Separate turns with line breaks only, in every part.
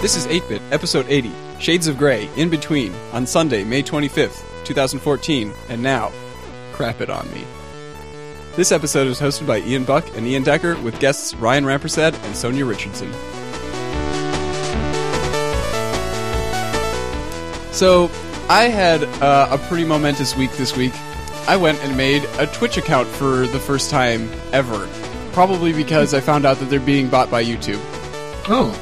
This is 8 Bit, Episode 80, Shades of Grey, In Between, on Sunday, May 25th, 2014, and now, Crap It On Me. This episode is hosted by Ian Buck and Ian Decker with guests Ryan Rampersad and Sonia Richardson. So, I had uh, a pretty momentous week this week. I went and made a Twitch account for the first time ever. Probably because I found out that they're being bought by YouTube.
Oh.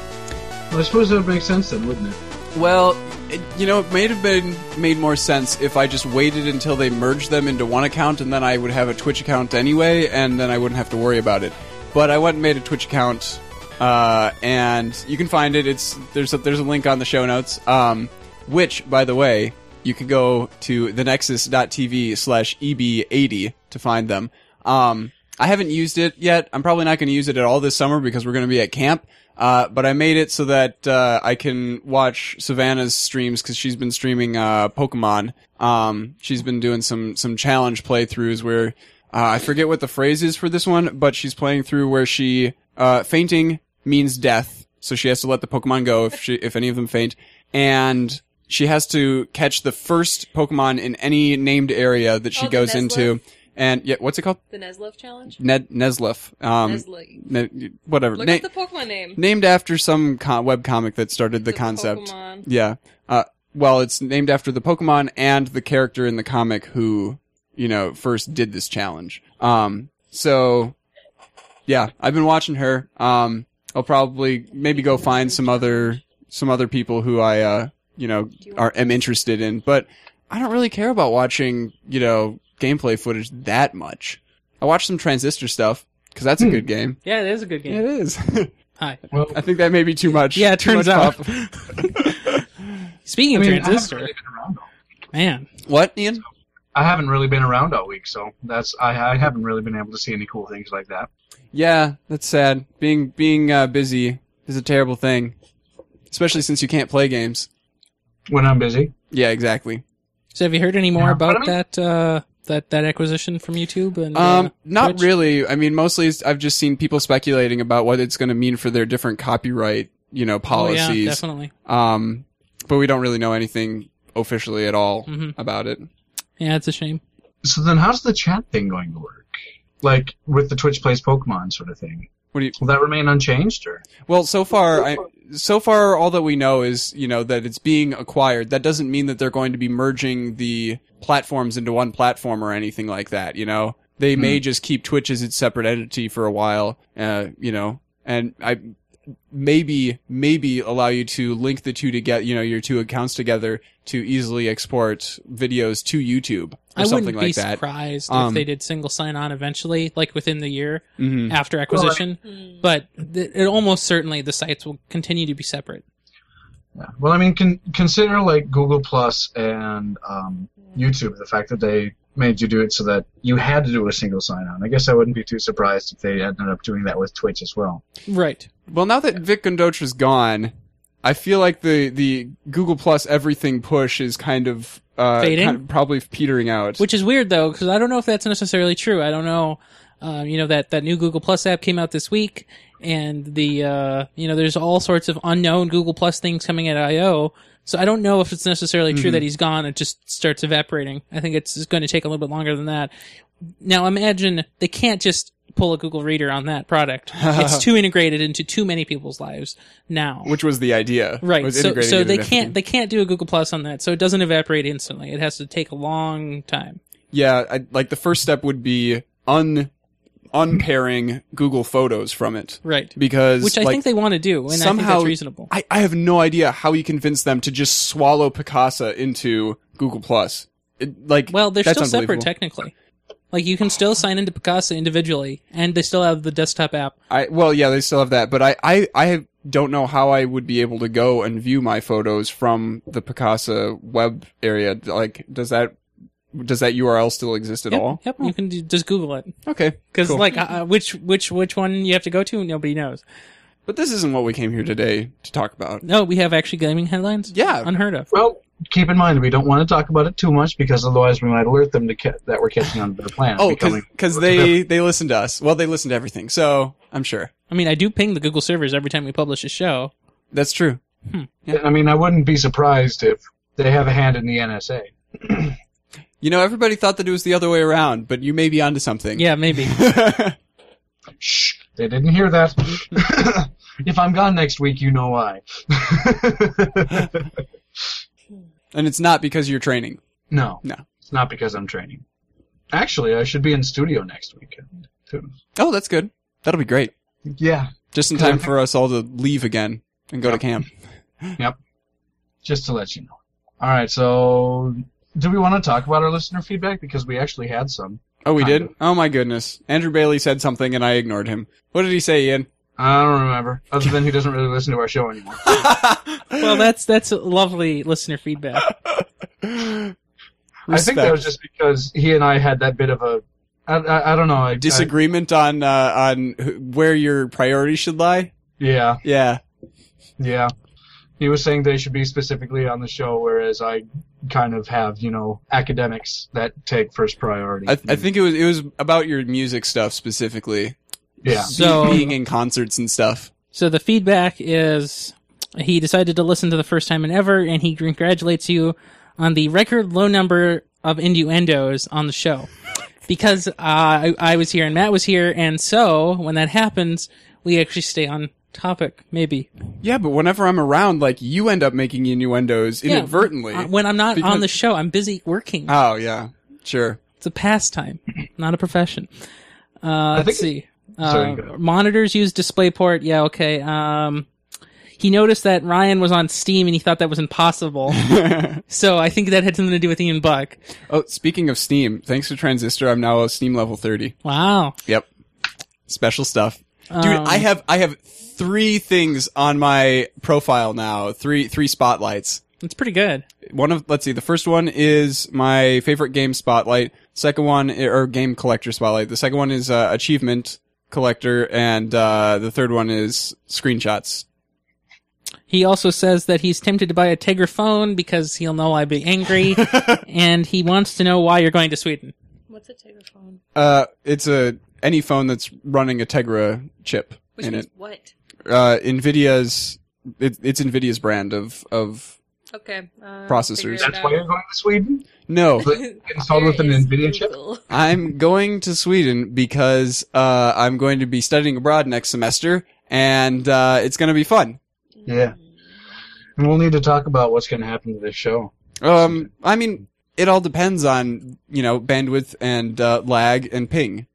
Well, I suppose that would make sense then, wouldn't it?
Well, it, you know, it may have been made more sense if I just waited until they merged them into one account, and then I would have a Twitch account anyway, and then I wouldn't have to worry about it. But I went and made a Twitch account, uh, and you can find it. It's there's a, there's a link on the show notes. Um, which, by the way, you can go to thenexus.tv slash eb80 to find them. Um, I haven't used it yet. I'm probably not going to use it at all this summer because we're going to be at camp. Uh, but I made it so that uh, I can watch Savannah's streams because she's been streaming uh, Pokemon. Um, she's been doing some some challenge playthroughs where uh, I forget what the phrase is for this one, but she's playing through where she uh, fainting means death, so she has to let the Pokemon go if she if any of them faint, and she has to catch the first Pokemon in any named area that she
Oh, the
goes into.
Nuzlocke?
And yeah, what's it called?
The Neslov challenge?
Ned Nesleff. Um,
Nesleaf.
ne- whatever.
Look
Na-
up the Pokemon name.
named after some con- webcomic that started the,
The
concept.
Pokemon.
Yeah. Uh, well, it's named after the Pokemon and the character in the comic who, you know, first did this challenge. Um, so, yeah, I've been watching her. Um, I'll probably maybe go find some other some other people who I, uh, you know, are am interested in. But I don't really care about watching, you know, gameplay footage that much. I watch some Transistor stuff because that's a good game.
Hmm. Yeah, it is a good game.
Yeah, it is.
Hi.
Well,
I think that may be too much.
Yeah, it
too
turns
much
out.
pop.
Speaking
I
of
mean,
Transistor,
I haven't, really been around all,
man,
what, Ian?
I haven't really been around all week, so that's I, I haven't really been able to see any cool things like that.
Yeah, that's sad. Being being uh, busy is a terrible thing, especially since you can't play games.
When I'm busy,
Yeah, exactly.
so have you heard any more
Yeah,
about
but I mean-
that uh, that that acquisition from YouTube? And uh,
Um, not
Twitch?
really. I mean, mostly it's- I've just seen people speculating about what it's going to mean for their different copyright, you know,
Oh,
policies.
yeah, definitely.
Um, but we don't really know anything officially at all
Mhm.
about it.
Yeah, it's a shame.
so then how's the chat thing going to work? Like with the Twitch plays Pokemon sort of thing.
What do you?
Will that remain unchanged, or
Well, so far, I, so far, all that we know is you know that it's being acquired. That doesn't mean that they're going to be merging the platforms into one platform or anything like that. You know, they may
Hmm.
just keep Twitch as its separate entity for a while. Uh, you know, and I maybe maybe allow you to link the two to get you know your two accounts together to easily export videos to YouTube or
I
something
wouldn't be
like that.
surprised
Um,
if they did single sign on eventually, like within the year
Mhm.
after acquisition. But th- it almost certainly the sites will continue to be separate.
Yeah. Well, I mean, con- consider like Google Plus and um, YouTube. The fact that they made you do it so that you had to do a single sign-on. I guess I wouldn't be too surprised if they ended up doing that with Twitch as well.
Right.
Well, now that Vic Gondotra's gone, I feel like the the Google Plus everything push is kind of uh,
Fading?
kind of probably petering out.
Which is weird though, because I don't know if that's necessarily true. I don't know. Um, you know that that new Google Plus app came out this week, and the uh, you know there's all sorts of unknown Google Plus things coming at I/O. So I don't know if it's necessarily true
Mm-hmm.
that he's gone. It just starts evaporating. I think it's, going to take a little bit longer than that. Now imagine they can't just pull a Google Reader on that product. it's too integrated into too many people's lives now.
which was the idea,
Right.
was
So
integrating it
so
in
they
everything.
can't they can't do a Google Plus on that. So it doesn't evaporate instantly. It has to take a long time.
Yeah, I, like the first step would be un unpairing Google Photos from it,
Right.
Because
which I
like,
think they want to do, and I think
somehow
that's reasonable.
I, I have no idea how you convince them to just swallow Picasa into Google Plus. It, like,
well, they're
that's
still separate
unbelievable.
technically. Like you can still sign into Picasa individually, and they still have the desktop app.
I well, yeah, they still have that, but I I I don't know how I would be able to go and view my photos from the Picasa web area. Like, does that does that URL still exist at
Yep,
all?
yep. You can do, just Google it
Okay,
because
cool.
like uh, uh, which which which one you have to go to, nobody knows.
but this isn't what we came here today to talk about.
No, we have actually gaming headlines.
Yeah.
unheard of.
Well, keep in mind we don't want to talk about it too much because otherwise we might alert them to ca- that we're catching on to the plan.
Oh,
becoming-
because they they listen to us. Well, they listen to everything, so I'm sure
I mean, I do ping the Google servers every time we publish a show.
that's true.
I mean, I wouldn't be surprised if they have a hand in the NSA.
You know, everybody thought that it was the other way around, but you may be onto something.
Yeah, maybe.
Shh, they didn't hear that. if I'm gone next week, you know why.
and it's not because you're training.
no,
No.
it's not because I'm training. Actually, I should be in studio next week. Too.
Oh, that's good. That'll be great.
Yeah,
Just in time for us all to leave again and go to camp.
just to let you know. All right, so do we want to talk about our listener feedback because we actually had some?
Oh, we
Kind
did?
of.
Oh my goodness. Andrew Bailey said something and I ignored him. What did he say, Ian?
I don't remember. Other than he doesn't really listen to our show anymore.
well, that's that's lovely listener feedback.
I think that
Respect.
was just because he and I had that bit of a. I, I, I don't know. I, I-
disagreement on uh, on wh- where your priorities should lie.
yeah,
Yeah.
yeah. He was saying they should be specifically on the show, whereas I kind of have, you know, academics that take first priority.
I, I think it was it was about your music stuff specifically.
yeah.
So-
being in concerts and stuff.
So the feedback is he decided to listen to the first time in ever, and he congratulates you on the record low number of innuendos on the show. Because uh, I, I was here and Matt was here, and so when that happens, we actually stay on topic, maybe.
Yeah, but whenever I'm around, like you end up making innuendos
Yeah.
inadvertently.
Uh, when I'm not
Because-
on the show, I'm busy working.
oh yeah, sure.
It's a pastime, not a profession. Uh,
think
let's see.
Sorry,
Uh,
go ahead.
monitors use DisplayPort. Yeah, okay. Um, he noticed that Ryan was on Steam and he thought that was impossible. so I think that had something to do with Ian Buck.
Oh, speaking of Steam, thanks to Transistor, I'm now a Steam level 30.
Wow.
Yep, special stuff, dude.
Um,
I have I have three things on my profile now. Three three spotlights.
That's pretty good.
one of let's see the first one is my favorite game spotlight second one or game collector spotlight the second one is uh, achievement collector and uh, the third one is screenshots
He also says that he's tempted to buy a Tegra phone because he'll know I'd be angry, and he wants to know why you're going to Sweden.
What's a Tegra phone?
uh, it's a any phone that's running a tegra chip
Which
in
means
it
what?
uh, nvidia's it, it's nvidia's brand of of
Okay. Uh,
Processors.
figure it
That's why you're
out.
going to Sweden?
no
Installed with an
There is
NVIDIA chip?
Google.
I'm going to Sweden because uh, I'm going to be studying abroad next semester, and uh, it's going to be fun.
Yeah. And we'll need to talk about what's going to happen to this show.
Um, I mean, it all depends on you know bandwidth and uh, lag and ping.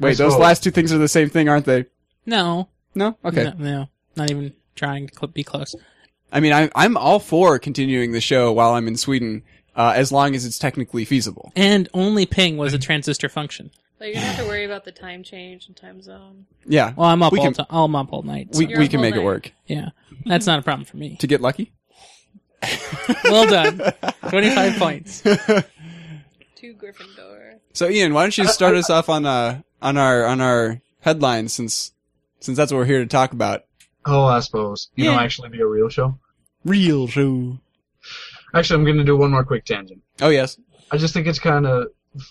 Wait,
Let's
those oh.
go.
last two things are the same thing, aren't they?
No.
No, okay.
No, no, not even trying to cl- be close.
I mean, I'm I'm all for continuing the show while I'm in Sweden, uh, as long as it's technically feasible.
And only ping was a transistor function.
Like, you're gonna have to worry about the time change and time zone.
Yeah,
Well, I'm up
We
all
can-
ti- I'm up all night.
we
so-
You're
we
up
can
all
make it
night.
work.
Yeah, that's not a problem for me.
To get lucky,
Well done, twenty-five points.
To Gryffindor.
so Ian, why don't you start us off on uh on our on our headlines since since that's what we're here to talk about.
Oh, I suppose. You know,
Yeah.
actually be a real show?
Real show.
Actually, I'm going to do one more quick tangent.
Oh yes.
I just think it's kind of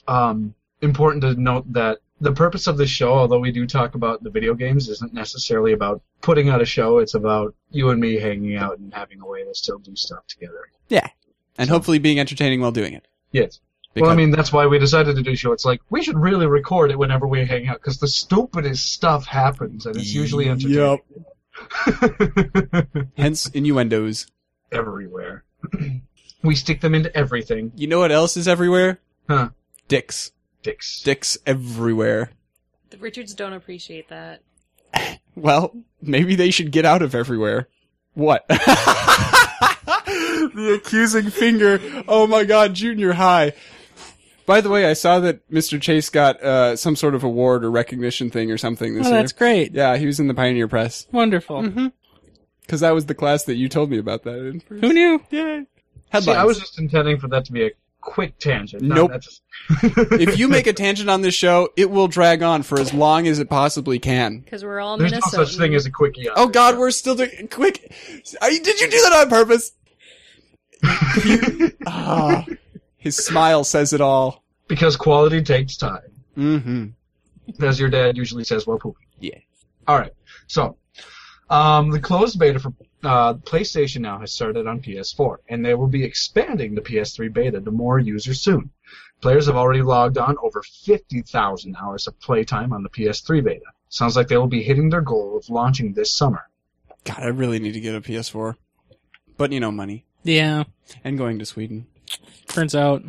um, important to note that the purpose of this show, although we do talk about the video games, isn't necessarily about putting out a show. It's about you and me hanging out and having a way to still do stuff together.
And hopefully being entertaining while doing it.
Yes.
Because-
Well, I mean, that's why we decided to do a show. It's like we should really record it whenever we hang out because the stupidest stuff happens, and it's usually entertaining
Hence innuendos.
everywhere. we stick them into everything.
You know what else is everywhere?
Huh.
Dicks.
Dicks.
Dicks everywhere.
The Richards don't appreciate that.
Well, maybe they should get out of everywhere. What? the accusing finger. Oh my god, junior high. By the way, I saw that Mr. Chase got uh, some sort of award or recognition thing or something this
Oh,
year.
that's great.
Yeah, he was in the Pioneer Press.
Wonderful.
Because that was the class that you told me about that in.
Who knew?
Yay.
See,
Headlines.
I was just intending for that to be a quick tangent. not
Nope.
necess-
if you make a tangent on this show, it will drag on for as long as it possibly can.
Because we're all
There's
Minnesotans.
no such thing as a quickie. on
Oh
this
God,
show.
we're still doing quick. Are you, did you do that on purpose? Ah, his smile says it all.
because quality takes time,
Mm-hmm.
as your dad usually says while pooping.
Yeah.
All right. So, Um, the closed beta for uh, PlayStation now has started on PS4, and they will be expanding the PS3 beta to more users soon. Players have already logged on over 50,000 hours of playtime on the PS3 beta. Sounds like they will be hitting their goal of launching this summer.
God, I really need to get a PS4. But you know, money
Yeah,
and going to Sweden.
turns out.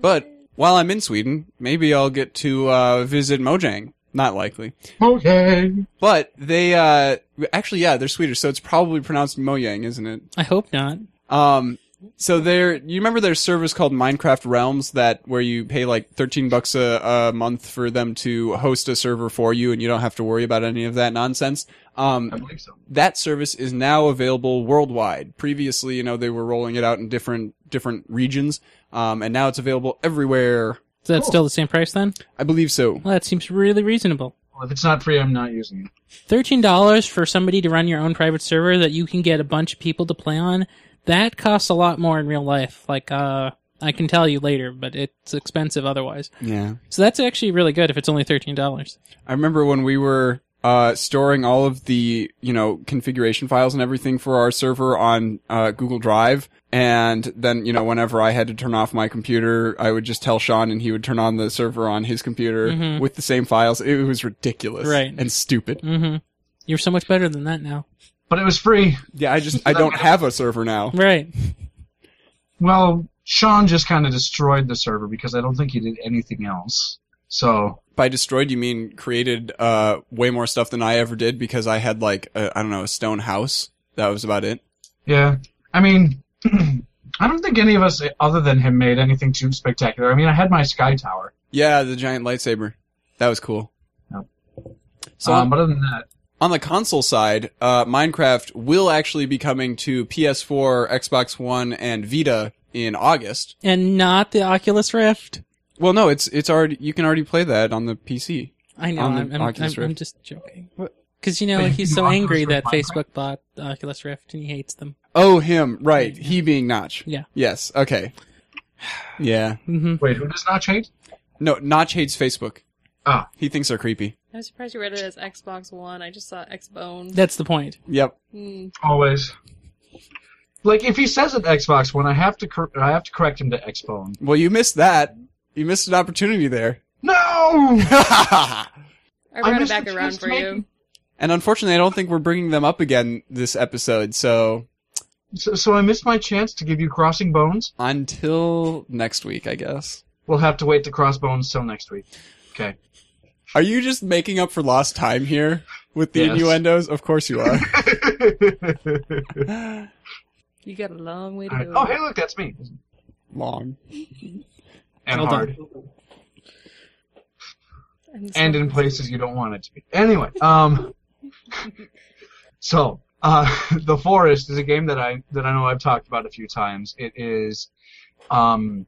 But while I'm in Sweden, maybe I'll get to uh, visit Mojang. Not likely.
Okay.
But they uh, actually, yeah, they're Swedish, so it's probably pronounced Mojang, isn't it?
I hope not.
Um, so there, you remember their service called Minecraft Realms that where you pay like thirteen bucks a, a month for them to host a server for you, and you don't have to worry about any of that nonsense.
I
Um,
believe so.
that service is now available worldwide. Previously, you know, they were rolling it out in different different regions, um, and now it's available everywhere.
Is that
Cool.
still the same price then?
I believe so.
Well, that seems really reasonable.
Well, if it's not free, I'm not using it.
Thirteen dollars for somebody to run your own private server that you can get a bunch of people to play on. That costs a lot more in real life. Like, uh, I can tell you later, but it's expensive otherwise.
Yeah.
So that's actually really good if it's only thirteen dollars.
I remember when we were uh, storing all of the you know configuration files and everything for our server on uh, Google Drive, and then you know whenever I had to turn off my computer, I would just tell Sean, and he would turn on the server on his computer
Mhm.
with the same files. It was ridiculous,
Right.
And stupid.
Mm-hmm. You're so much better than that now.
But it was free.
Yeah, I just I don't have a server now.
Right.
Well, Sean just kind of destroyed the server because I don't think he did anything else. So
By destroyed, you mean created uh, way more stuff than I ever did because I had like I I don't know a stone house. That was about it.
Yeah, I mean, I don't think any of us, other than him, made anything too spectacular. I mean, I had my sky tower,
Yeah, the giant lightsaber. That was cool.
Yep.
So
um, but other than that,
on the console side, uh, Minecraft will actually be coming to PS4, Xbox One, and Vita in August.
And not the Oculus Rift.
Well, no, it's it's already you can already play that on the PC.
I know.
On the
I'm, I'm, I'm,
Oculus
I'm
Rift.
just joking. Because you know
Wait,
he's
you
so
Oculus
angry
Rift
that
Minecraft?
Facebook bought the Oculus Rift and he hates them.
Oh, him, right? He being Notch.
Yeah.
Yes. Okay. Yeah.
Mm-hmm.
wait, who does not hate?
No, Notch hates Facebook.
Ah.
He thinks they're creepy.
I'm surprised you read it as Xbox One. I just saw Xbone.
That's the point.
Yep.
Hmm.
Always. Like if he says it Xbox One, I have to cor- I have to correct him to Xbone.
Well, you missed that. You missed an opportunity there.
No.
I brought it
missed
back
the
around
chance
for
to make
you.
and unfortunately, I don't think we're bringing them up again this episode. So
So, so I missed my chance to give you Crossing Bones.
until next week, I guess.
We'll have to wait to cross bones till next week. Okay.
Are you just making up for lost time here with the
Yes.
innuendos? Of course you are.
You got a long way to go.
oh hey, look, that's me.
Long.
And
Well done.
hard.
I'm so-
and in places you don't want it to be. Anyway, um, so uh, the forest is a game that I that I know I've talked about a few times. It is, um,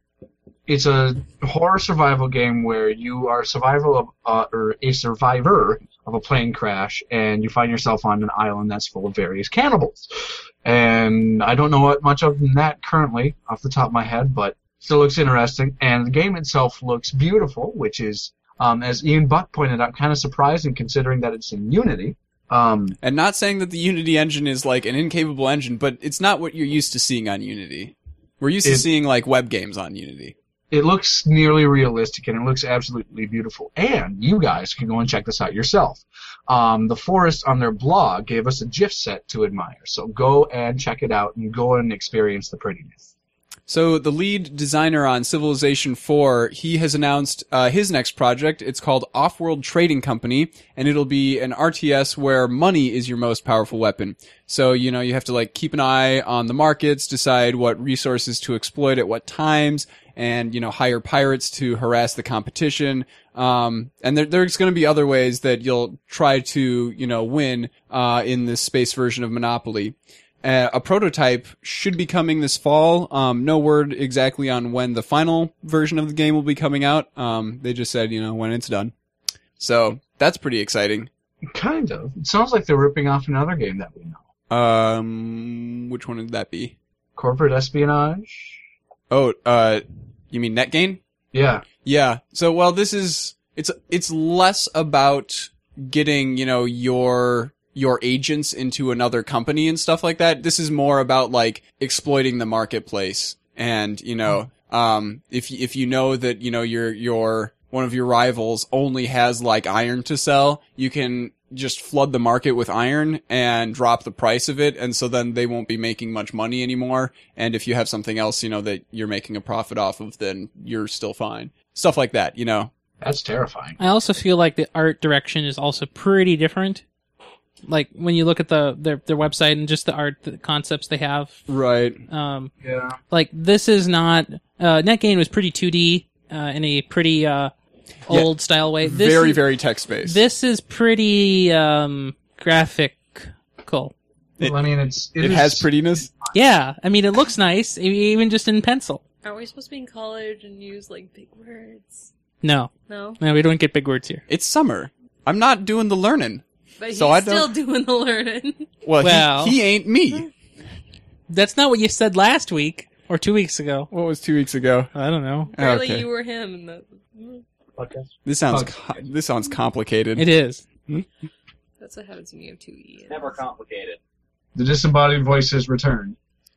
it's a horror survival game where you are survival of uh, or a survivor of a plane crash, and you find yourself on an island that's full of various cannibals. And I don't know what much of that currently off the top of my head, but still looks interesting. And the game itself looks beautiful, which is um, as Ian Buck pointed out, kind of surprising considering that it's in Unity. Um,
And not saying that the Unity engine is like an incapable engine, but it's not what you're used to seeing on Unity. We're used to
It-
seeing like web games on Unity.
it looks nearly realistic and it looks absolutely beautiful. And you guys can go and check this out yourself. Um, the Forest on their blog gave us a GIF set to admire, so go and check it out and go and experience the prettiness.
So the lead designer on Civilization 4, he has announced uh, his next project. It's called Offworld Trading Company, and it'll be an RTS where money is your most powerful weapon. So you know you have to like keep an eye on the markets, decide what resources to exploit at what times, and you know hire pirates to harass the competition. Um, and there, there's going to be other ways that you'll try to you know win uh, in this space version of Monopoly. Uh, a prototype should be coming this fall. Um, no word exactly on when the final version of the game will be coming out. Um, they just said, you know, when it's done. So that's pretty exciting.
Kind of. It sounds like they're ripping off another game that we know.
Um, which one would that be?
Corporate espionage?
Oh, uh, you mean NetGain?
Yeah.
Yeah. So, well, this is it's it's less about getting you know your your agents into another company and stuff like that. This is more about like exploiting the marketplace. And, you know, um, if, y- if you know that, you know, your, your, one of your rivals only has like iron to sell, you can just flood the market with iron and drop the price of it. And so then they won't be making much money anymore. And if you have something else, you know, that you're making a profit off of, then you're still fine. Stuff like that, you know?
That's terrifying.
I also feel like the art direction is also pretty different. Like when you look at the their their website and just the art the concepts they have,
Right.
um,
Yeah.
like this is not uh, NetGain was pretty 2D uh, in a pretty uh,
Yeah.
old style way. This
very,
is,
very text based.
This is pretty um, graphical.
It-
well, I mean, it's
it
is-
has prettiness.
Yeah, I mean it looks nice, e- even just in pencil.
Aren't we supposed to be in college and use like big words?
No,
No,
no, we don't get big words here.
It's summer. I'm not doing the learning.
but he's
So I
still
don't-
doing the learning.
Well, he-
Well.
he, ain't me.
That's not what you said last week or two weeks ago.
What was two weeks ago?
I don't know.
Apparently,
Okay.
you were him. And the,
This sounds
Okay.
co- this sounds complicated.
It is.
that's what happens when you have two E's.
Never complicated.
The disembodied voices returned,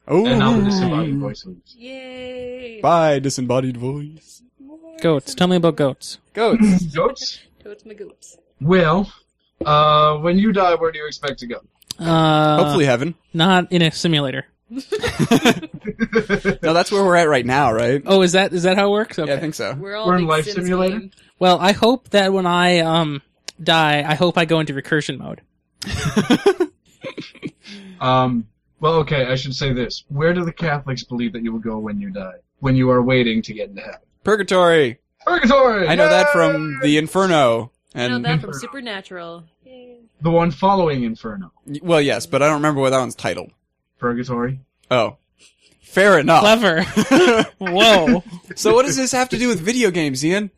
Oh,
and now the disembodied voices.
Yay!
Bye, disembodied voice.
More
Goats. Tell me about goats.
Goats.
Goats.
Toads my goats.
Well, uh, when you die, where do you expect to go?
Uh,
Hopefully heaven.
not in a simulator.
No, that's where we're at right now, right?
Oh, is that is that how it works? Okay.
Yeah, I think so.
We're all
We're in
big
life
Sims
simulator?
game.
well, I hope that when I um die, I hope I go into recursion mode.
Um, well, okay, I should say this. Where do the Catholics believe that you will go when you die? When you are waiting to get into heaven?
Purgatory.
Purgatory!
I know that
Yay!
from the Inferno.
I know
And
that from Supernatural. Yay.
The one following Inferno.
well, yes, but I don't remember what that one's titled.
Purgatory.
Oh, fair enough.
Clever. Whoa.
so what does this have to do with video games, Ian?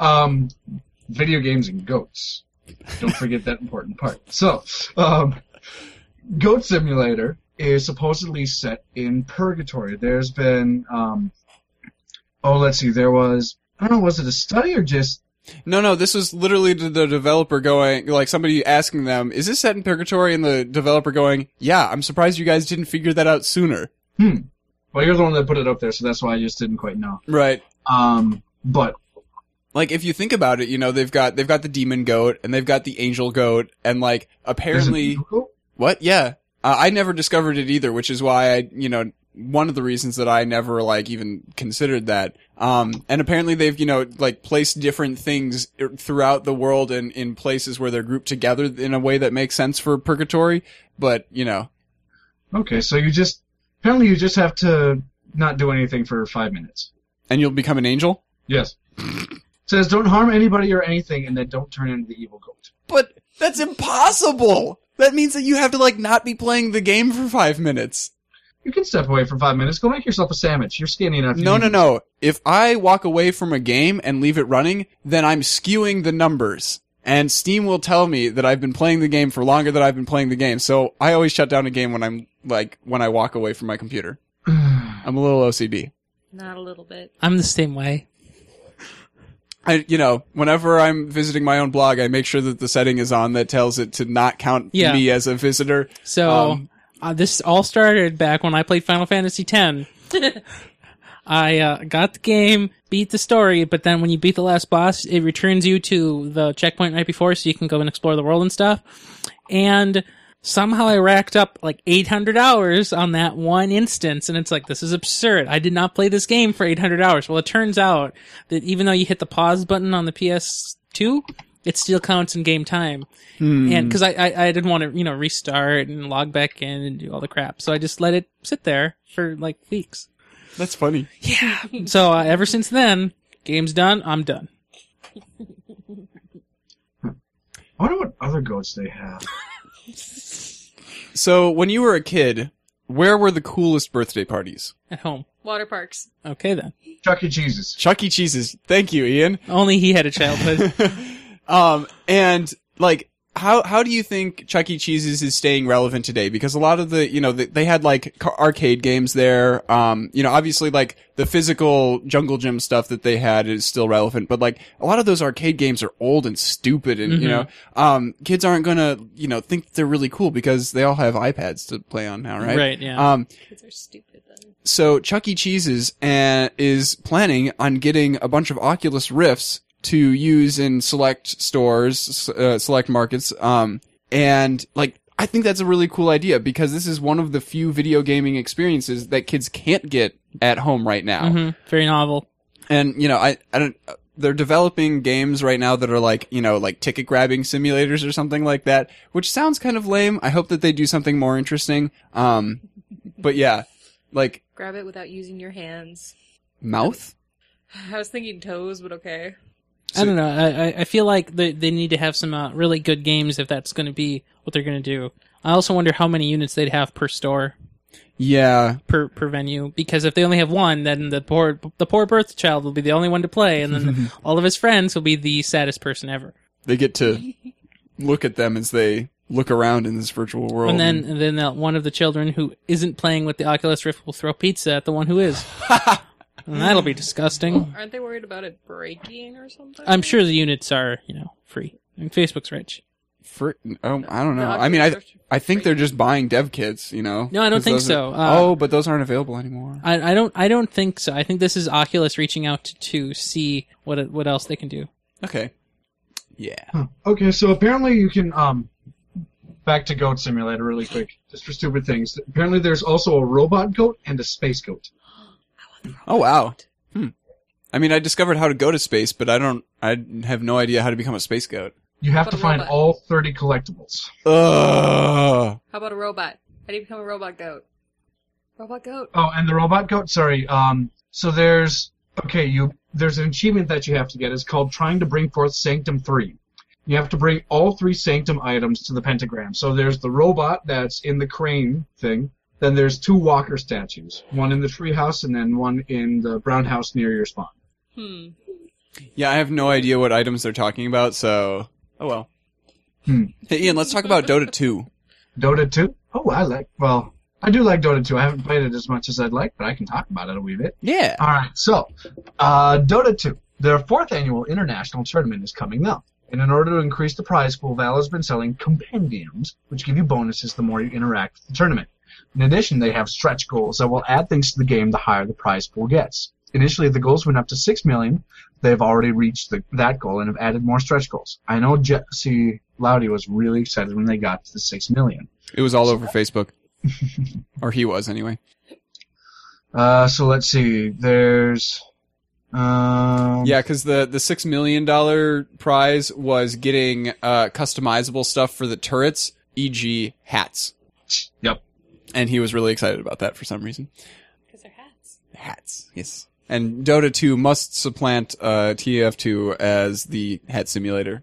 Um, video games and goats. Don't forget that important part. So, um, Goat Simulator is supposedly set in Purgatory. There's been, um, oh, let's see, there was, I don't know, was it a study or just,
No, no, this was literally the the developer going, like somebody asking them, is this set in Purgatory? And the developer going, yeah, I'm surprised you guys didn't figure that out sooner.
well, you're the one that put it up there, so that's why I just didn't quite know.
Right.
Um, but
Like, if you think about it, you know, they've got, they've got the demon goat and they've got the angel goat and like,
there's a
apparently,
vehicle?
what? Yeah. Uh, I never discovered it either, which is why I, you know, one of the reasons that I never like even considered that. Um, and apparently they've, you know, like placed different things er, throughout the world and in places where they're grouped together in a way that makes sense for purgatory. But, you know,
Okay, so you just apparently you just have to not do anything for five minutes.
and you'll become an angel.
Yes. Says don't harm anybody or anything, and then don't turn into the evil goat.
But that's impossible. That means that you have to like not be playing the game for five minutes.
You can step away for five minutes. Go make yourself a sandwich. You're skinny enough. you
No,
can-
no, no. If I walk away from a game and leave it running, then I'm skewing the numbers. And Steam will tell me that I've been playing the game for longer than I've been playing the game. So I always shut down a game when I'm like, when I walk away from my computer. I'm a little OCD.
Not a little bit.
I'm the same way.
I, you know, whenever I'm visiting my own blog, I make sure that the setting is on that tells it to not count
Yeah.
me as a visitor.
So
Um,
uh, this all started back when I played Final Fantasy X. I uh, got the game, beat the story, but then when you beat the last boss, it returns you to the checkpoint right before, so you can go and explore the world and stuff. And somehow I racked up like 800 hours on that one instance, and it's like this is absurd. I did not play this game for 800 hours. Well, it turns out that even though you hit the pause button on the PS2, it still counts in game time
Mm.
and because I, I I didn't want to you know restart and log back in and do all the crap, so I just let it sit there for like weeks.
That's funny.
Yeah. so uh, ever since then, game's done. I'm done.
I wonder what other goats they have.
So when you were a kid, where were the coolest birthday parties?
At home.
Water parks.
Okay then.
Chuck E. Cheese's.
Chuck E. Cheese's. Thank you, Ian.
Only he had a childhood.
um, and like how how do you think Chuck E. Cheese's is staying relevant today? Because a lot of the you know the, they had like ca- arcade games there. Um, you know, obviously like the physical jungle gym stuff that they had is still relevant, but like a lot of those arcade games are old and stupid, and you know, um, kids aren't gonna you know think they're really cool because they all have iPads to play on now, right?
Right, yeah.
Um,
Kids are stupid then.
so Chuck E. Cheese's uh, is planning on getting a bunch of Oculus Rifts to use in select stores, s- uh, select markets. Um, and like, I think that's a really cool idea because this is one of the few video gaming experiences that kids can't get at home right now.
Mhm. Very novel.
And you know, I, I don't. uh, They're developing games right now that are like, you know, like ticket grabbing simulators or something like that, which sounds kind of lame. I hope that they do something more interesting. Um, but yeah, like
Grab it without using your hands.
mouth.
I was thinking toes, but okay.
I
So-
don't know. I, I- I feel like they, they need to have some uh, really good games if that's going to be what they're going to do. I also wonder how many units they'd have per store,
Yeah,
per per venue, because if they only have one, then the poor the poor birth child will be the only one to play, and then all of his friends will be the saddest person ever.
they get to look at them as they look around in this virtual world.
And then and then that one of the children who isn't playing with the Oculus Rift will throw pizza at the one who is. and that'll be disgusting.
Aren't they worried about it breaking or something?
I'm sure the units are you know free. I mean, Facebook's rich.
Fr- oh, I don't know.
No,
I mean, I
Oculus
I think they're just buying dev kits. You know?
No, I don't
'Cause
think
those
so.
are-
Uh,
oh, but those aren't available anymore.
I, I don't I don't think so. I think this is Oculus reaching out to, to see what it- what else they can do.
Okay. Yeah.
Huh. Okay, so apparently you can um back to goat simulator really quick, just for stupid things. Apparently there's also a robot goat and a space goat.
Oh wow. Hmm. I mean, I discovered how to go to space, but I don't. I have no idea how to become a space goat.
You have
What
to
a
find
robot.
all 30 collectibles.
Ugh.
How about a robot? How do you become a robot goat? Robot goat.
Oh, and the robot goat, sorry. Um so there's okay, you there's an achievement that you have to get. It's called trying to bring forth Sanctum 3. You have to bring all three Sanctum items to the pentagram. So there's the robot that's in the crane thing. Then there's two walker statues, one in the tree house and then one in the brown house near your spawn.
Hmm.
Yeah, I have no idea what items they're talking about. So, oh well.
Hmm.
Hey, Ian, let's talk about Dota two.
Dota 2? Oh, I like, well, I do like Dota 2. I haven't played it as much as I'd like, but I can talk about it a wee bit.
Yeah.
All right, so, uh, Dota 2. Their fourth annual international tournament is coming up. And in order to increase the prize pool, Valor's been selling compendiums, which give you bonuses the more you interact with the tournament. In addition, they have stretch goals that will add things to the game the higher the prize pool gets. Initially, the goals went up to 6 million. They've already reached the, that goal and have added more stretch goals. I know Jesse Laudy was really excited when they got to the 6 million.
It was all over Facebook, or he was anyway.
Uh, so let's see. There's,
Oh
um,
Yeah, because the the six million dollar prize was getting uh, customizable stuff for the turrets, e.g., hats.
Yep.
And he was really excited about that for some reason.
Because they're hats.
Hats, yes. And Dota 2 must supplant uh, TF2 as the hat simulator.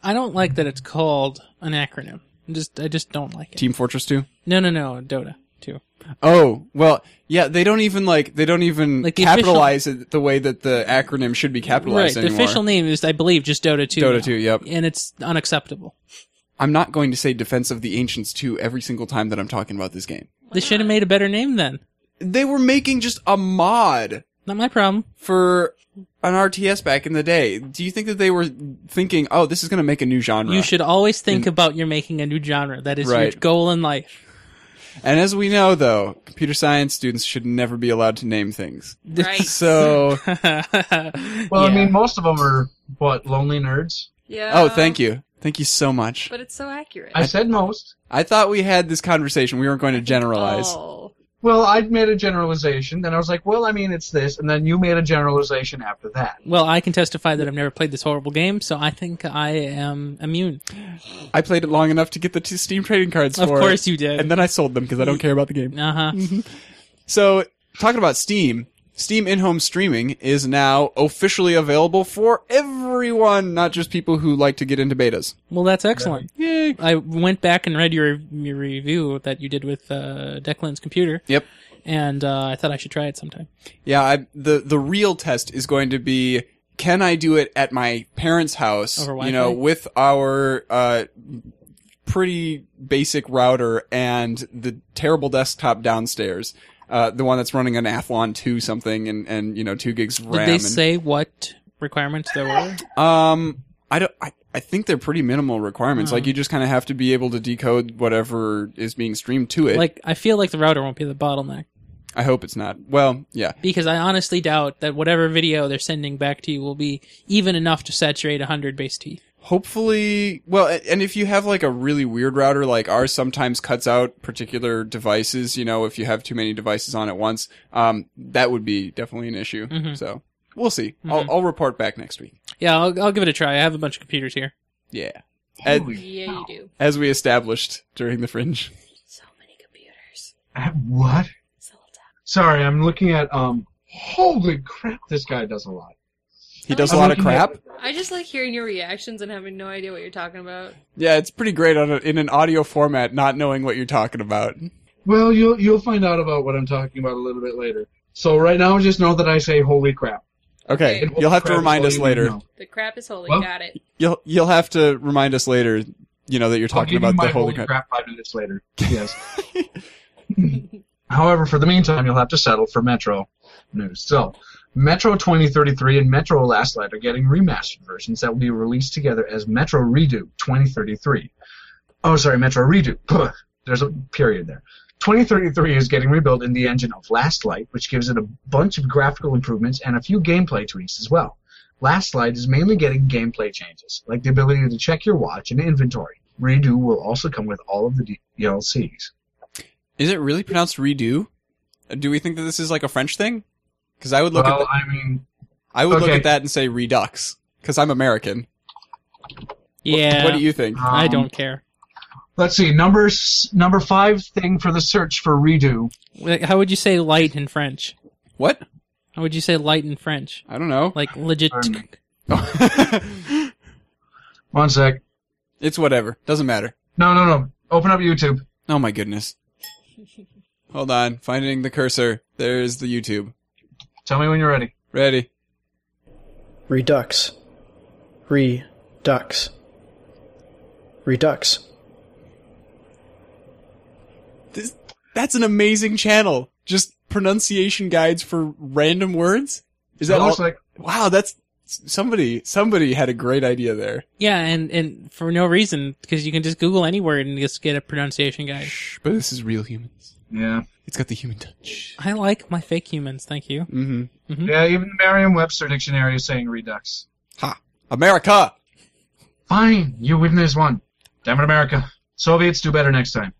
I don't like that it's called an acronym. I just I just don't like it.
Team Fortress 2.
No no no Dota too.
Oh well, yeah. They don't even like they don't even
Like the
capitalize it the way that the acronym should be
Right.
capitalized
The
anymore.
official name is I believe just Dota two.
Dota
now.
2, yep.
And it's unacceptable.
I'm not going to say Defense of the Ancients 2 every single time that I'm talking about this game.
They should have made a better name then.
They were making just a mod
Not my problem.
for an RTS back in the day. Do you think that they were thinking, "Oh, this is going to make a new genre"?
You should always think about you're making a new genre. That is your
Right.
goal in life.
And as we know, though, computer science students should never be allowed to name things.
Right.
So,
Well, I
Yeah.
mean, most of them are what lonely nerds.
Yeah.
oh, thank you, thank you so much.
But it's so accurate.
I said most.
I thought we had this conversation. We weren't going to generalize.
Oh.
Well, I made a generalization, then I was like, well, I mean, it's this, and then you made a generalization after that.
Well, I can testify that I've never played this horrible game, so I think I am immune.
I played it long enough to get the two Steam trading cards.
Of
for
course
it,
you did.
And then I sold them because I don't care about the game.
Uh huh.
Mhm.
So, talking about Steam, Steam in-home streaming is now officially available for everyone, not just people who like to get into betas.
Well, that's excellent.
Yay!
I went back and read your, your review that you did with uh, Declan's computer,
Yep.
and uh, I thought I should try it sometime.
Yeah, I, the the real test is going to be can I do it at my parents' house?
Over
you know,
Wi-Fi?
with our uh, pretty basic router and the terrible desktop downstairs. Uh, the one that's running an Athlon 2 something and, and, you know, 2 gigs RAM.
Did they
and-
say what requirements there were?
Um, I don't. I, I think they're pretty minimal requirements.
Hmm.
Like you just kind of have to be able to decode whatever is being streamed to it.
like, I feel like the router won't be the bottleneck
I hope it's not. Well, yeah.
because I honestly doubt that whatever video they're sending back to you will be even enough to saturate 100 base T.
Hopefully, well, a- and if you have like a really weird router, like ours sometimes cuts out particular devices. You know, if you have too many devices on at once, um, that would be definitely an issue.
Mhm.
So we'll see. I'll,
Mhm.
I'll report back next week.
Yeah, I'll, I'll give it a try. I have a bunch of computers here.
Yeah, Ed-
Holy
Yeah, you
cow.
do.
as we established during the fringe.
So many computers.
Uh, What?
So little.
Sorry, I'm looking at um. Holy crap! This guy does a lot.
He does a
I'm
lot of
looking at-
crap.
I just like hearing your reactions and having no idea what you're talking about.
Yeah, it's pretty great on a, in an audio format, not knowing what you're talking about.
Well, you'll you'll find out about what I'm talking about a little bit later. So right now, just know that I say "holy crap."
Okay,
Okay.
And
you'll have to
crap is
remind
all
us
you need
later.
know.
The crap is holy.
Well-
Got it.
You'll you'll have to remind us later. You know that you're
I'll
talking
give
about
you my
the holy crap.
crap five minutes later. Yes. However, for the meantime, you'll have to settle for Metro news. So, Metro 2033 and Metro Last Light are getting remastered versions that will be released together as Metro Redo 2033. Oh, sorry, Metro Redo. Puh, There's a period there. 2033 is getting rebuilt in the engine of Last Light, which gives it a bunch of graphical improvements and a few gameplay tweaks as well. Last Light is mainly getting gameplay changes, like the ability to check your watch and inventory. Redo will also come with all of the DLCs.
Is it really pronounced redo? Uh, Do we think that this is like a French thing? Because I would look at
well,
th-
I mean,
I would look
okay.
at that and say redux. Because I'm American. Wh-
Yeah,
What, do you think?
I
um,
don't care.
Let's see. Number s- number five thing for the search for redo.
Like, How would you say light in French?
What?
How would you say light in French?
I don't know.
Like legit.
Um, One sec.
it's whatever. Doesn't matter.
No, no, no. Open up YouTube.
Oh my goodness. Hold on. Finding the cursor. There's the YouTube.
Tell me when you're ready.
Ready.
Redux. Redux. Redux.
This, that's an amazing channel. Just pronunciation guides for random words. Is that
it
all?
looks like
wow, that's somebody. Somebody had a great idea there.
yeah, and and for no reason because you can just Google any word and just get a pronunciation guide.
Shh, but this is real humans.
yeah,
It's got the human touch.
I like my fake humans. Thank you.
Mm-hmm.
yeah. Even the Merriam-Webster dictionary is saying redux.
America.
Fine, you win this one. Damn it, America. Soviets do better next time.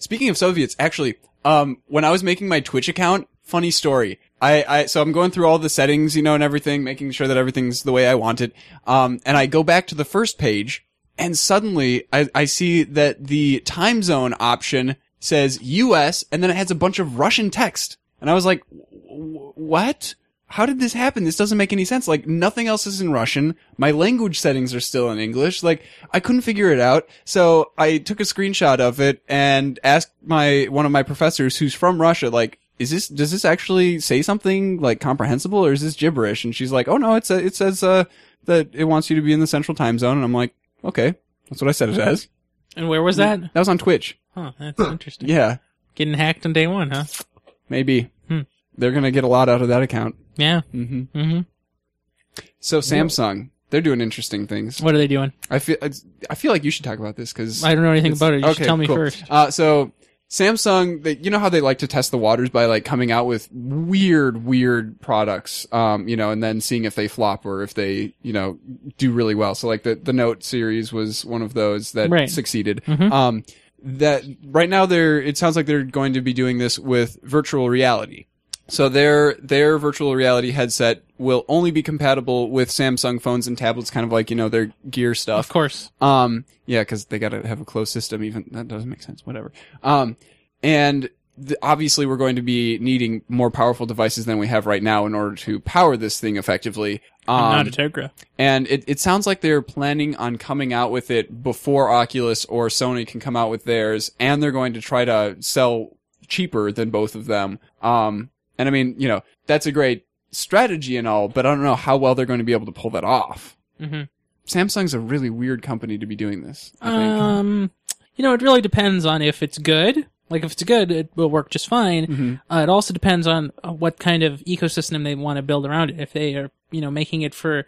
Speaking of Soviets, actually, um, when I was making my Twitch account, funny story. I, I, so I'm going through all the settings, you know, and everything, making sure that everything's the way I want it. Um, and I go back to the first page and suddenly I, I see that the time zone option says US and then it has a bunch of Russian text. And I was like, "Wh- what? How did this happen? This doesn't make any sense. Like nothing else is in Russian. My language settings are still in English. Like I couldn't figure it out. So I took a screenshot of it and asked my, one of my professors who's from Russia, like, is this, does this actually say something like comprehensible or is this gibberish? And she's like, oh no, it's a, it says, uh, that it wants you to be in the central time zone. And I'm like, okay, that's what I said it as.
And where was that?
That was on Twitch.
Huh, that's interesting.
Yeah,
Getting hacked on day one, huh?
maybe.
Hmm.
They're going to get a lot out of that account.
Yeah.
hmm
hmm
So Samsung, they're doing interesting things.
What are they doing?
I feel it's- I feel like you should talk about this because
I don't know anything about it. You should tell me
cool.
first.
Uh, so Samsung, they, you know how they like to test the waters by like coming out with weird, weird products, um, you know, and then seeing if they flop or if they, you know, do really well. So like the the Note series was one of those that
Right.
succeeded.
Mhm.
Um, that right now they're it sounds like they're going to be doing this with virtual reality. So their their virtual reality headset will only be compatible with Samsung phones and tablets, kind of like you know their Gear stuff.
Of course.
Um, yeah, because they got to have a closed system. Even that doesn't make sense. Whatever. Um, and th- obviously we're going to be needing more powerful devices than we have right now in order to power this thing effectively.
not
Um,
a Tegra.
and it, it sounds like they're planning on coming out with it before Oculus or Sony can come out with theirs, and they're going to try to sell cheaper than both of them. Um, and I mean, you know, that's a great strategy and all, but I don't know how well they're going to be able to pull that off.
Mhm.
Samsung's a really weird company to be doing this. I think. uh,
Um, you know, it really depends on if it's good. Like if it's good, it will work just fine.
Mhm.
Uh, it also depends on uh, what kind of ecosystem they want to build around it. If they are, you know, making it for,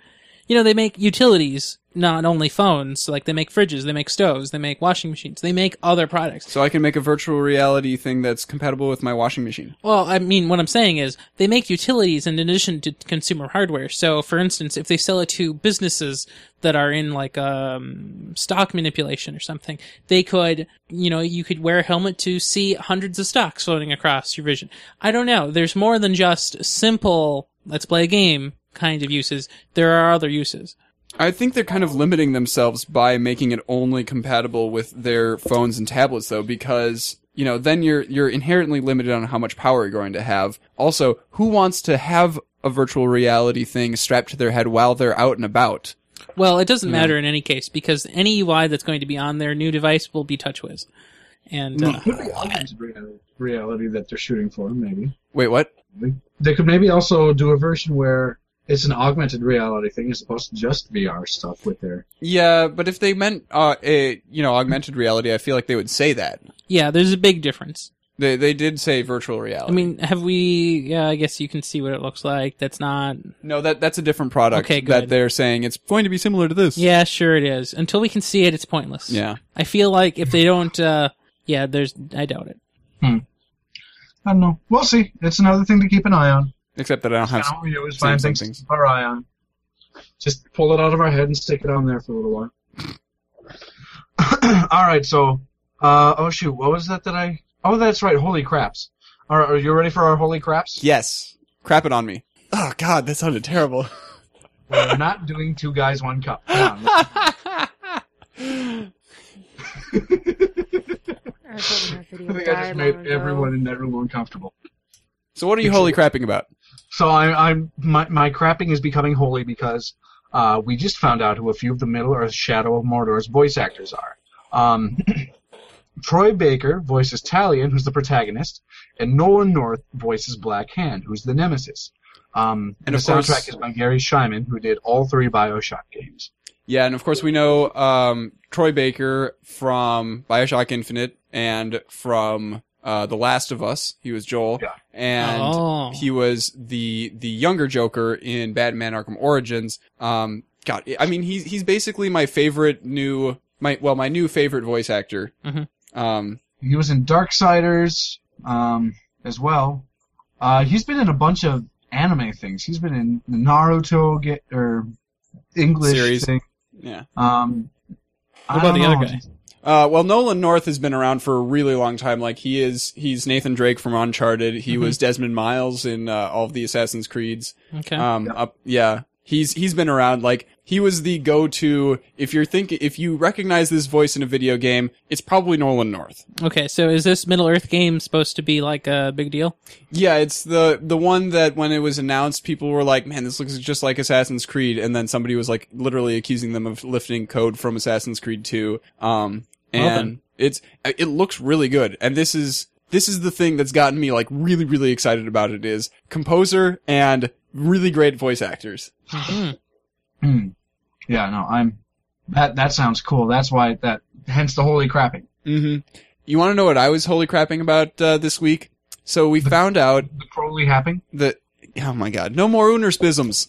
you know, they make utilities, not only phones. Like they make fridges, they make stoves, they make washing machines, they make other products.
So I can make a virtual reality thing that's compatible with my washing machine.
Well, I mean, what I'm saying is they make utilities in addition to consumer hardware. So, for instance, if they sell it to businesses that are in like um, stock manipulation or something, they could, you know, you could wear a helmet to see hundreds of stocks floating across your vision. I don't know. There's more than just simple let's play a game kind of uses. There are other uses.
I think they're kind of limiting themselves by making it only compatible with their phones and tablets though because you know then you're you're inherently limited on how much power you're going to have. Also, who wants to have a virtual reality thing strapped to their head while they're out and about?
Well, it doesn't matter in any case because any UI that's going to be on their new device will be TouchWiz. And uh,
Could be augmented real- reality that they're shooting for, maybe.
Wait, what?
They could maybe also do a version where it's an augmented reality thing as opposed to just VR stuff with their.
Yeah, but if they meant uh a, you know augmented reality, I feel like they would say that.
yeah, there's a big difference.
They they did say virtual reality.
I mean, have we? Yeah, I guess you can see what it looks like. That's not.
no, that that's a different product
Okay,
that
good.
they're saying it's going to be similar to this.
Yeah, sure it is. Until we can see it, it's pointless.
Yeah.
I feel like if they don't, uh, yeah, there's. I doubt it.
I don't know. We'll see. It's another thing to keep an eye on.
Except that I don't have
Now we always
seen
find
some
things to
things.
keep our eye on. Just pull it out of our head and stick it on there for a little while. All right, so uh, oh shoot, what was that that I? Oh, that's right. Holy craps! Are, are you ready for our holy craps?
Yes. Crap it on me. Oh god, that sounded terrible.
We're not doing two guys, one cup. Come on,
I put my video
I think
die
I just
long
made
ago.
everyone in that room uncomfortable.
so what are you holy crapping about?
So I, I'm my my crapping is becoming holy because uh, we just found out who a few of the Middle Earth Shadow of Mordor's voice actors are. Um, Troy Baker voices Talion, who's the protagonist, and Nolan North voices Black Hand, who's the nemesis. Um,
And
and the
of course-
soundtrack is by Gary Shyman, who did all three Bioshock games.
Yeah, and of course we know um, Troy Baker from Bioshock Infinite and from uh, The Last of Us. He was Joel,
Yeah.
and
oh,
he was the the younger Joker in Batman Arkham Origins. Um, God, I mean he's he's basically my favorite new my well my new favorite voice actor.
Mhm.
Um,
He was in Darksiders um, as well. Uh, he's been in a bunch of anime things. He's been in the Naruto ge- or English
Series.
thing.
yeah.
Um, I
What about
don't
the other
know.
guy?
Uh, well, Nolan North has been around for a really long time. Like he is, he's Nathan Drake from Uncharted. He
Mm-hmm.
was Desmond Miles in uh, all of the Assassin's Creeds.
okay.
Um,
Yeah.
Up, yeah, he's he's been around. Like he was the go-to. If you're think, if you recognize this voice in a video game, it's probably Nolan North.
okay, so is this Middle Earth game supposed to be like a big deal?
Yeah, it's the the one that when it was announced, people were like, "Man, this looks just like Assassin's Creed," and then somebody was like, literally accusing them of lifting code from Assassin's Creed Two. Um,
Well
and it's it looks really good, and this is this is the thing that's gotten me like really really excited about it is composer and really great voice actors.
Mhm.
Hmm. Yeah, no, I'm. That that sounds cool. That's why that. Hence the holy crapping.
Mm-hmm. You want to know what I was holy crapping about uh, this week? So we found out
The crowley happing.
that oh my god, no more Unerspisms.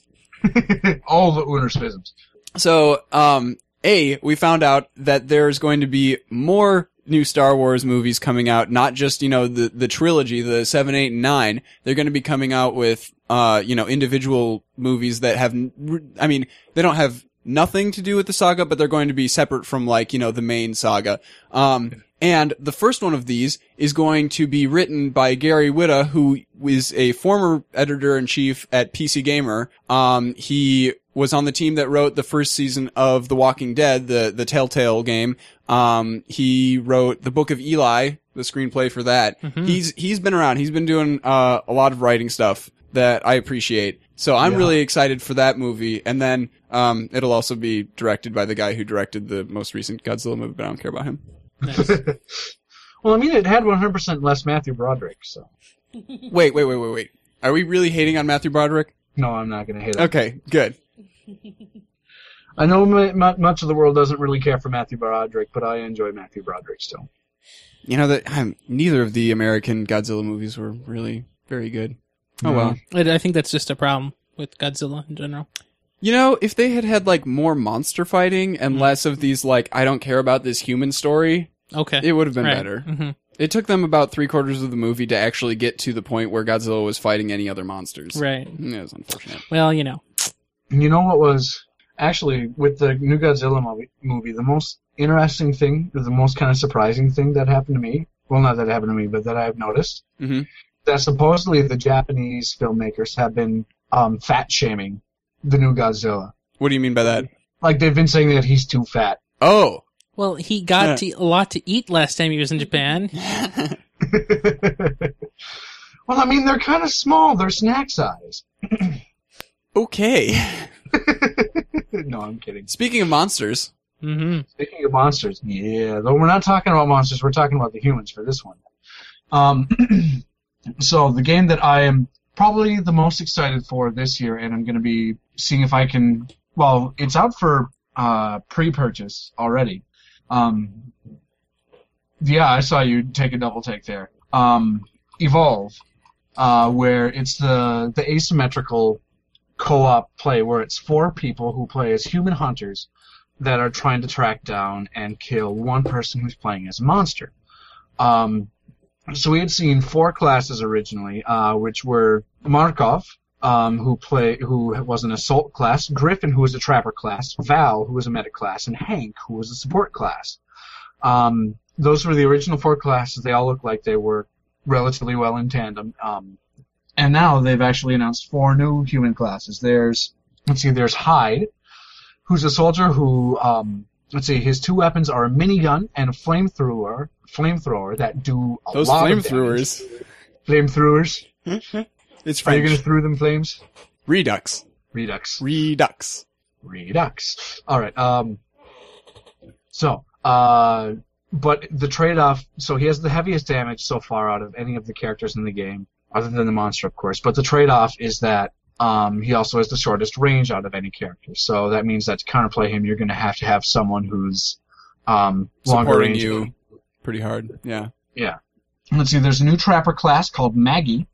All the Unerspisms.
So, um, A, we found out that there's going to be more new Star Wars movies coming out, not just, you know, the, the trilogy, the 7, 8, and 9. They're going to be coming out with, uh, you know, individual movies that have, n- I mean, they don't have nothing to do with the saga, but they're going to be separate from, like, you know, the main saga. Um, and the first one of these is going to be written by Gary Whitta, who is a former editor in chief at PC Gamer. Um, he was on the team that wrote the first season of The Walking Dead, the the Telltale game. Um, he wrote the Book of Eli, the screenplay for that. He's he's been around. He's been doing uh, a lot of writing stuff that I appreciate. So I'm
Yeah.
really excited for that movie. And then um, it'll also be directed by the guy who directed the most recent Godzilla movie, but I don't care about him.
Nice.
Well, I mean, it had 100% less Matthew Broderick, so.
Wait, wait, wait, wait, wait. Are we really hating on Matthew Broderick?
No, I'm not going to hate it.
Okay, good.
I know m- m- much of the world doesn't really care for Matthew Broderick, but I enjoy Matthew Broderick still.
You know that um, neither of the American Godzilla movies were really very good. Oh well.
I I think that's just a problem with Godzilla in general.
You know, if they had had like more monster fighting
Mm.
and less of these like I don't care about this human story,
Okay.
it would have been
Right.
better.
Mhm.
It took them about three quarters of the movie to actually get to the point where Godzilla was fighting any other monsters.
Right.
Yeah, it was unfortunate.
Well, you know.
And you know what was actually with the new Godzilla movie, movie the most interesting thing, the most kind of surprising thing that happened to me. Well, not that it happened to me, but that I've noticed
Mhm.
that supposedly the Japanese filmmakers have been um, fat shaming the new Godzilla.
What do you mean by that?
Like they've been saying that he's too fat.
Oh,
Well, he got
Yeah.
to eat a lot to eat last time he was in Japan.
well, I mean they're kind of small. They're snack size.
okay.
no, I'm kidding.
Speaking of monsters,
hmm
Speaking of monsters, yeah, though we're not talking about monsters, we're talking about the humans for this one. Um, so the game that I am probably the most excited for this year, and I'm going to be seeing if I can. Well, it's out for uh, pre-purchase already. Um, yeah, I saw you take a double take there. Um, Evolve, uh, where it's the the asymmetrical co-op play where it's four people who play as human hunters that are trying to track down and kill one person who's playing as a monster. Um, so we had seen four classes originally, uh, which were Markov, um, who play who was an assault class, Griffin, who was a trapper class, Val, who was a medic class, and Hank, who was a support class. Um, those were the original four classes. They all looked like they were relatively well in tandem. Um, and now they've actually announced four new human classes. There's let's see, there's Hyde, who's a soldier who um, let's see, his two weapons are a minigun and a flamethrower. Flamethrower that do a
those
lot of damage
flamethrowers.
flamethrowers.
It's
Are you
French.
going to throw them flames?
Redux.
Redux.
Redux.
Redux. All right. Um. So, uh, but the trade-off. So he has the heaviest damage so far out of any of the characters in the game, other than the monster, of course. But the trade-off is that um, he also has the shortest range out of any character. So that means that to counterplay him, you're going to have to have someone who's um, longer
Supporting
range.
you pretty hard. Yeah.
let's see, there's a new trapper class called Maggie.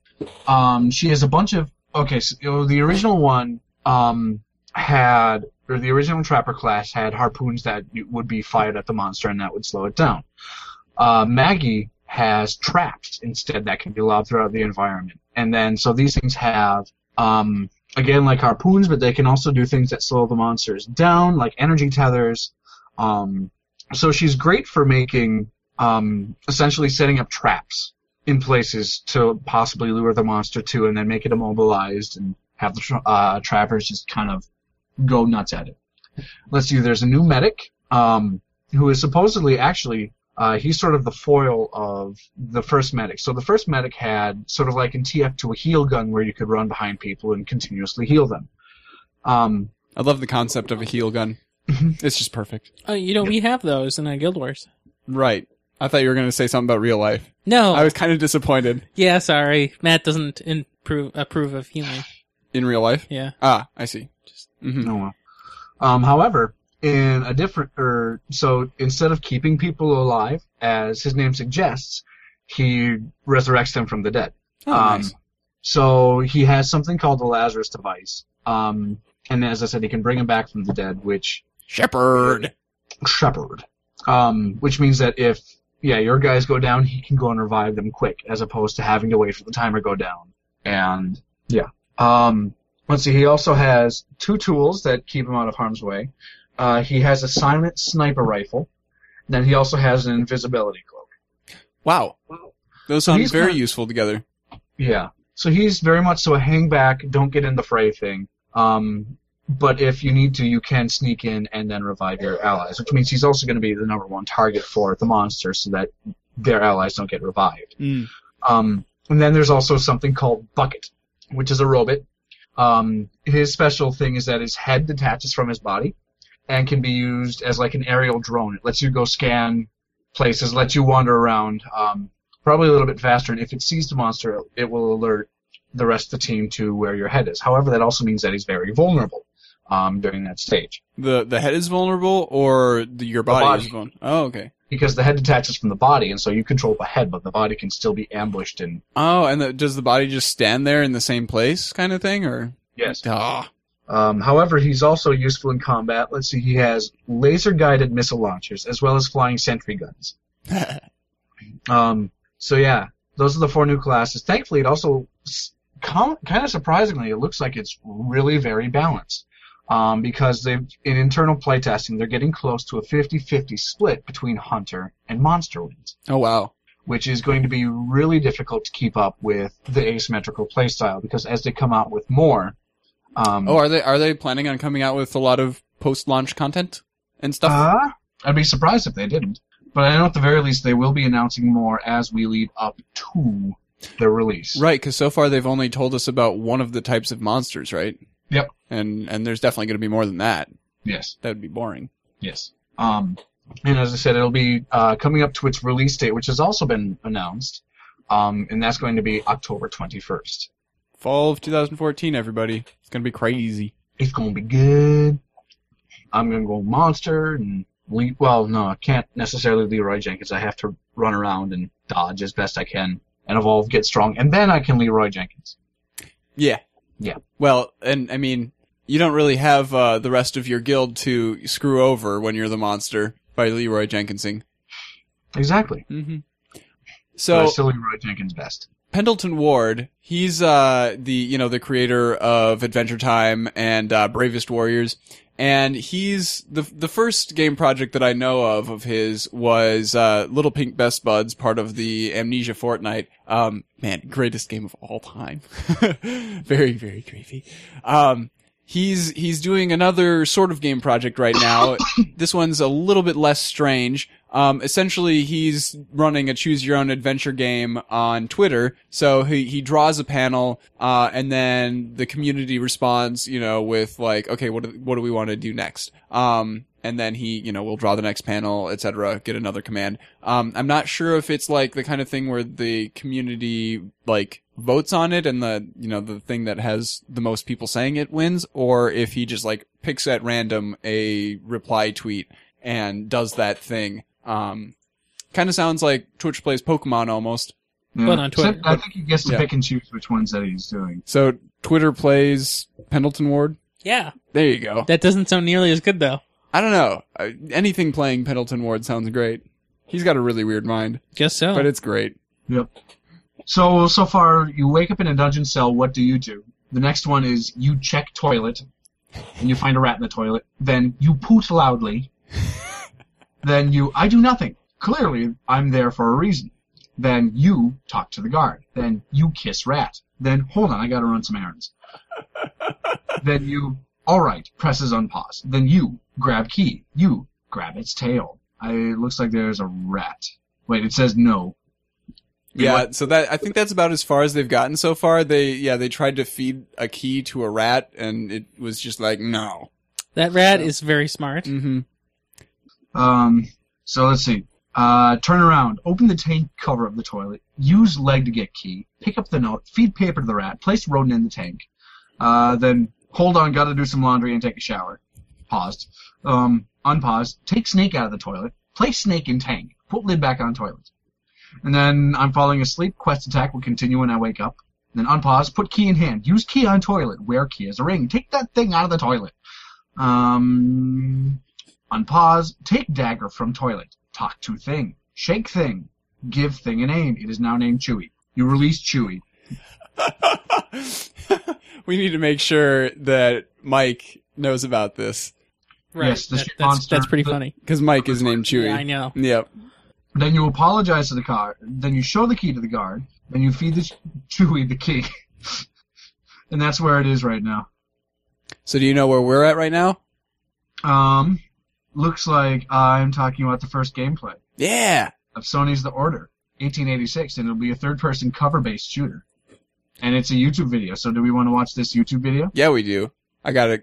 Um, she has a bunch of okay. So you know, the original one um, had, or the original trapper class had harpoons that you- would be fired at the monster and that would slow it down. Uh, Maggie has traps instead that can be lobbed throughout the environment, and then so these things have. Um, Again, like harpoons, but they can also do things that slow the monsters down, like energy tethers. Um, so she's great for making um, essentially setting up traps in places to possibly lure the monster to and then make it immobilized and have the tra- uh, trappers just kind of go nuts at it. Let's see, there's a new medic um, who is supposedly actually. Uh, he's sort of the foil of the first medic. So the first medic had sort of like in TF to a heal gun where you could run behind people and continuously heal them. Um,
I love the concept of a heel gun.
Mm-hmm.
it's just perfect.
Uh, you know, we have those in uh, Guild Wars.
Right. I thought you were going to say something about real life.
No.
I was kind of disappointed
yeah, sorry. Matt doesn't improve, approve of healing.
in real life.
Yeah.
Ah, I see. Mhm.
No one. Oh, Um, however, in a different, er, so instead of keeping people alive, as his name suggests, he resurrects them from the dead.
Oh,
um,
nice.
So he has something called the Lazarus device. Um, and as I said, he can bring him back from the dead, which
Shepherd.
shepherd. Um, which means that if yeah your guys go down, he can go and revive them quick, as opposed to having to wait for the timer to go down. And yeah, um, let's see. He also has two tools that keep him out of harm's way. Uh, he has a silent sniper rifle. Then he also has an invisibility cloak.
Wow. Those sound
He's
very
kind of-
useful together.
Yeah. So he's very much so a hang back, don't get in the fray thing. Um, but if you need to, you can sneak in and then revive your allies, which means he's also going to be the number one target for the monster so that their allies don't get revived.
Mm.
Um, and then there's also something called Bucket, which is a robot. Um, his special thing is that his head detaches from his body and can be used as like an aerial drone. It lets you go scan places, lets you wander around, um, probably a little bit faster. And if it sees the monster, it will alert the rest of the team to where your head is. However, that also means that he's very vulnerable um, during that stage
The the head is vulnerable, or the, your body,
body.
is vulnerable. Oh, okay.
because the head detaches from the body, and so you control the head, but the body can still be ambushed and
Oh, and the, does the body just stand there in the same place, kind of thing, or?
yes.
Ah,
Um, however, he's also useful in combat. Let's see, he has laser guided missile launchers as well as flying sentry guns. um, so yeah, those are the four new classes. Thankfully, it also s- com- kind of surprisingly, it looks like it's really very balanced. Um, because they in internal playtesting, they're getting close to a 50-50 split between hunter and monster wins
oh wow.
which is going to be really difficult to keep up with the asymmetrical playstyle because as they come out with more, um,
Oh, are they are they planning on coming out with a lot of post launch content and stuff?
uh, I'd be surprised if they didn't. But I know at the very least they will be announcing more as we lead up to their release.
Right, because so far they've only told us about one of the types of monsters, right?
Yep.
And and there's definitely going to be more than that.
Yes.
That'd be boring.
Yes. Um, and as I said, it'll be uh, coming up to its release date, which has also been announced, um, and that's going to be October 21st.
Fall of 2014, everybody. It's going to be crazy.
It's going to be good. I'm going to go monster and Le- well, no, I can't necessarily Leroy Jenkins. I have to run around and dodge as best I can and evolve, get strong, and then I can Leroy Jenkins.
Yeah.
Yeah.
Well, and I mean, you don't really have uh, the rest of your guild to screw over when you're the monster by Leroy Jenkinsing.
Exactly.
Mm-hmm.
So,
So
but I still Leroy Jenkins best.
Pendleton Ward, he's uh, the you know the creator of Adventure Time and uh, Bravest Warriors, and he's the the first game project that I know of of his was uh, Little Pink Best Buds, part of the Amnesia Fortnite. Um, man, greatest game of all time, very very creepy. Um, he's he's doing another sort of game project right now. this one's a little bit less strange. Um, essentially, he's running a choose your own adventure game on Twitter. So he, he draws a panel, uh, and then the community responds, you know, with like, okay, what do, what do we want to do next? Um, and then he, you know, will draw the next panel, etc. Get another command. Um, I'm not sure if it's like the kind of thing where the community like votes on it, and the you know the thing that has the most people saying it wins, or if he just like picks at random a reply tweet and does that thing. Um, kind of sounds like Twitch plays Pokemon almost.
Yeah.
But on Twitter.
Except I think he gets to
Yeah.
pick and choose which ones that he's doing.
So Twitter plays Pendleton Ward.
Yeah,
There you go.
that doesn't sound nearly as good though.
I don't know. Uh, anything playing Pendleton Ward sounds great. He's got a really weird mind,
Guess so.
but it's great.
Yep. So so far, you wake up in a dungeon cell. What do you do? The next one is you check toilet, and you find a rat in the toilet. Then you poot loudly. then you I do nothing. Clearly, I'm there for a reason. Then you talk to the guard. Then you kiss rat. Then hold on, I gotta run some errands. then you all right presses unpause. Then you grab key. You grab its tail. I, it looks like there's a rat. Wait, it says no.
Yeah, so that I think that's about as far as they've gotten so far. They yeah, they tried to feed a key to a rat and it was just like no.
that rat is very smart.
Mhm.
Um, so let's see. Uh, turn around, open the tank cover of the toilet, use leg to get key, pick up the note, feed paper to the rat, place rodent in the tank, uh, then hold on, gotta do some laundry and take a shower. Paused. Um, unpaused, take snake out of the toilet, place snake in tank, put lid back on toilet. And then I'm falling asleep, quest attack will continue when I wake up. Then unpause, put key in hand, use key on toilet, wear key as a ring, take that thing out of the toilet. Um, Unpause. Take dagger from toilet. Talk to thing. Shake thing. Give thing a name. It is now named Chewy. You release Chewy.
we need to make sure that Mike knows about this
Right.
Yes, the
That-
shit
that's,
monster-
that's pretty
the-
funny.
cuz Mike is named Chewy.
Yeah, I know.
Yep.
Then you apologize to the guard. Then you show the key to the guard. Then you feed the ch- Chewy the key. and that's where it is right now.
So do you know where we're at right now?
Um, looks like I'm talking about the first gameplay
Yeah.
of Sony's The Order, 1886, and it'll be a third-person cover-based shooter. And it's a YouTube video. So do we want to watch this YouTube video?
Yeah, we do. I got to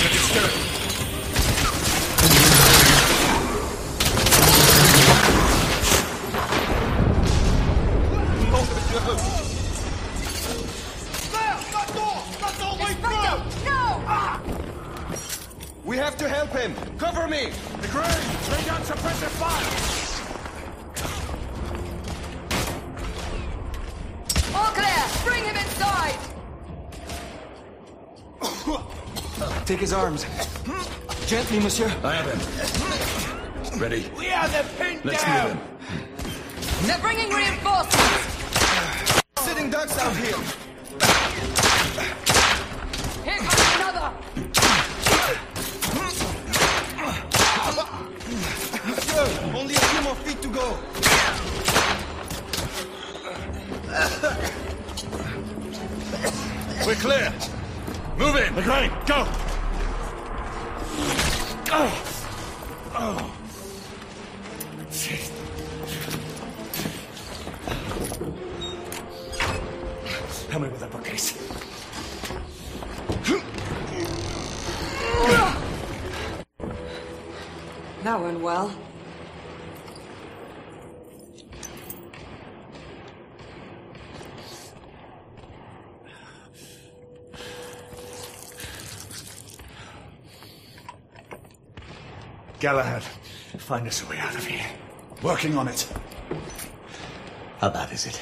Go! We have to help him. Cover me. The grave. Lay down suppressive fire.
All clear! Bring him inside!
Take his arms. Gently, monsieur. I have him. Ready. We are the pin Let's down. Move him.
They're bringing reinforcements!
Sitting ducks out here.
Here comes another!
Monsieur, only a few more feet to go.
We're clear. Move in. McLean, go. Oh. Oh. Shit. Help me with that bookcase.
That went well.
Galahad, find us a way out of here. Working on it. How bad is it?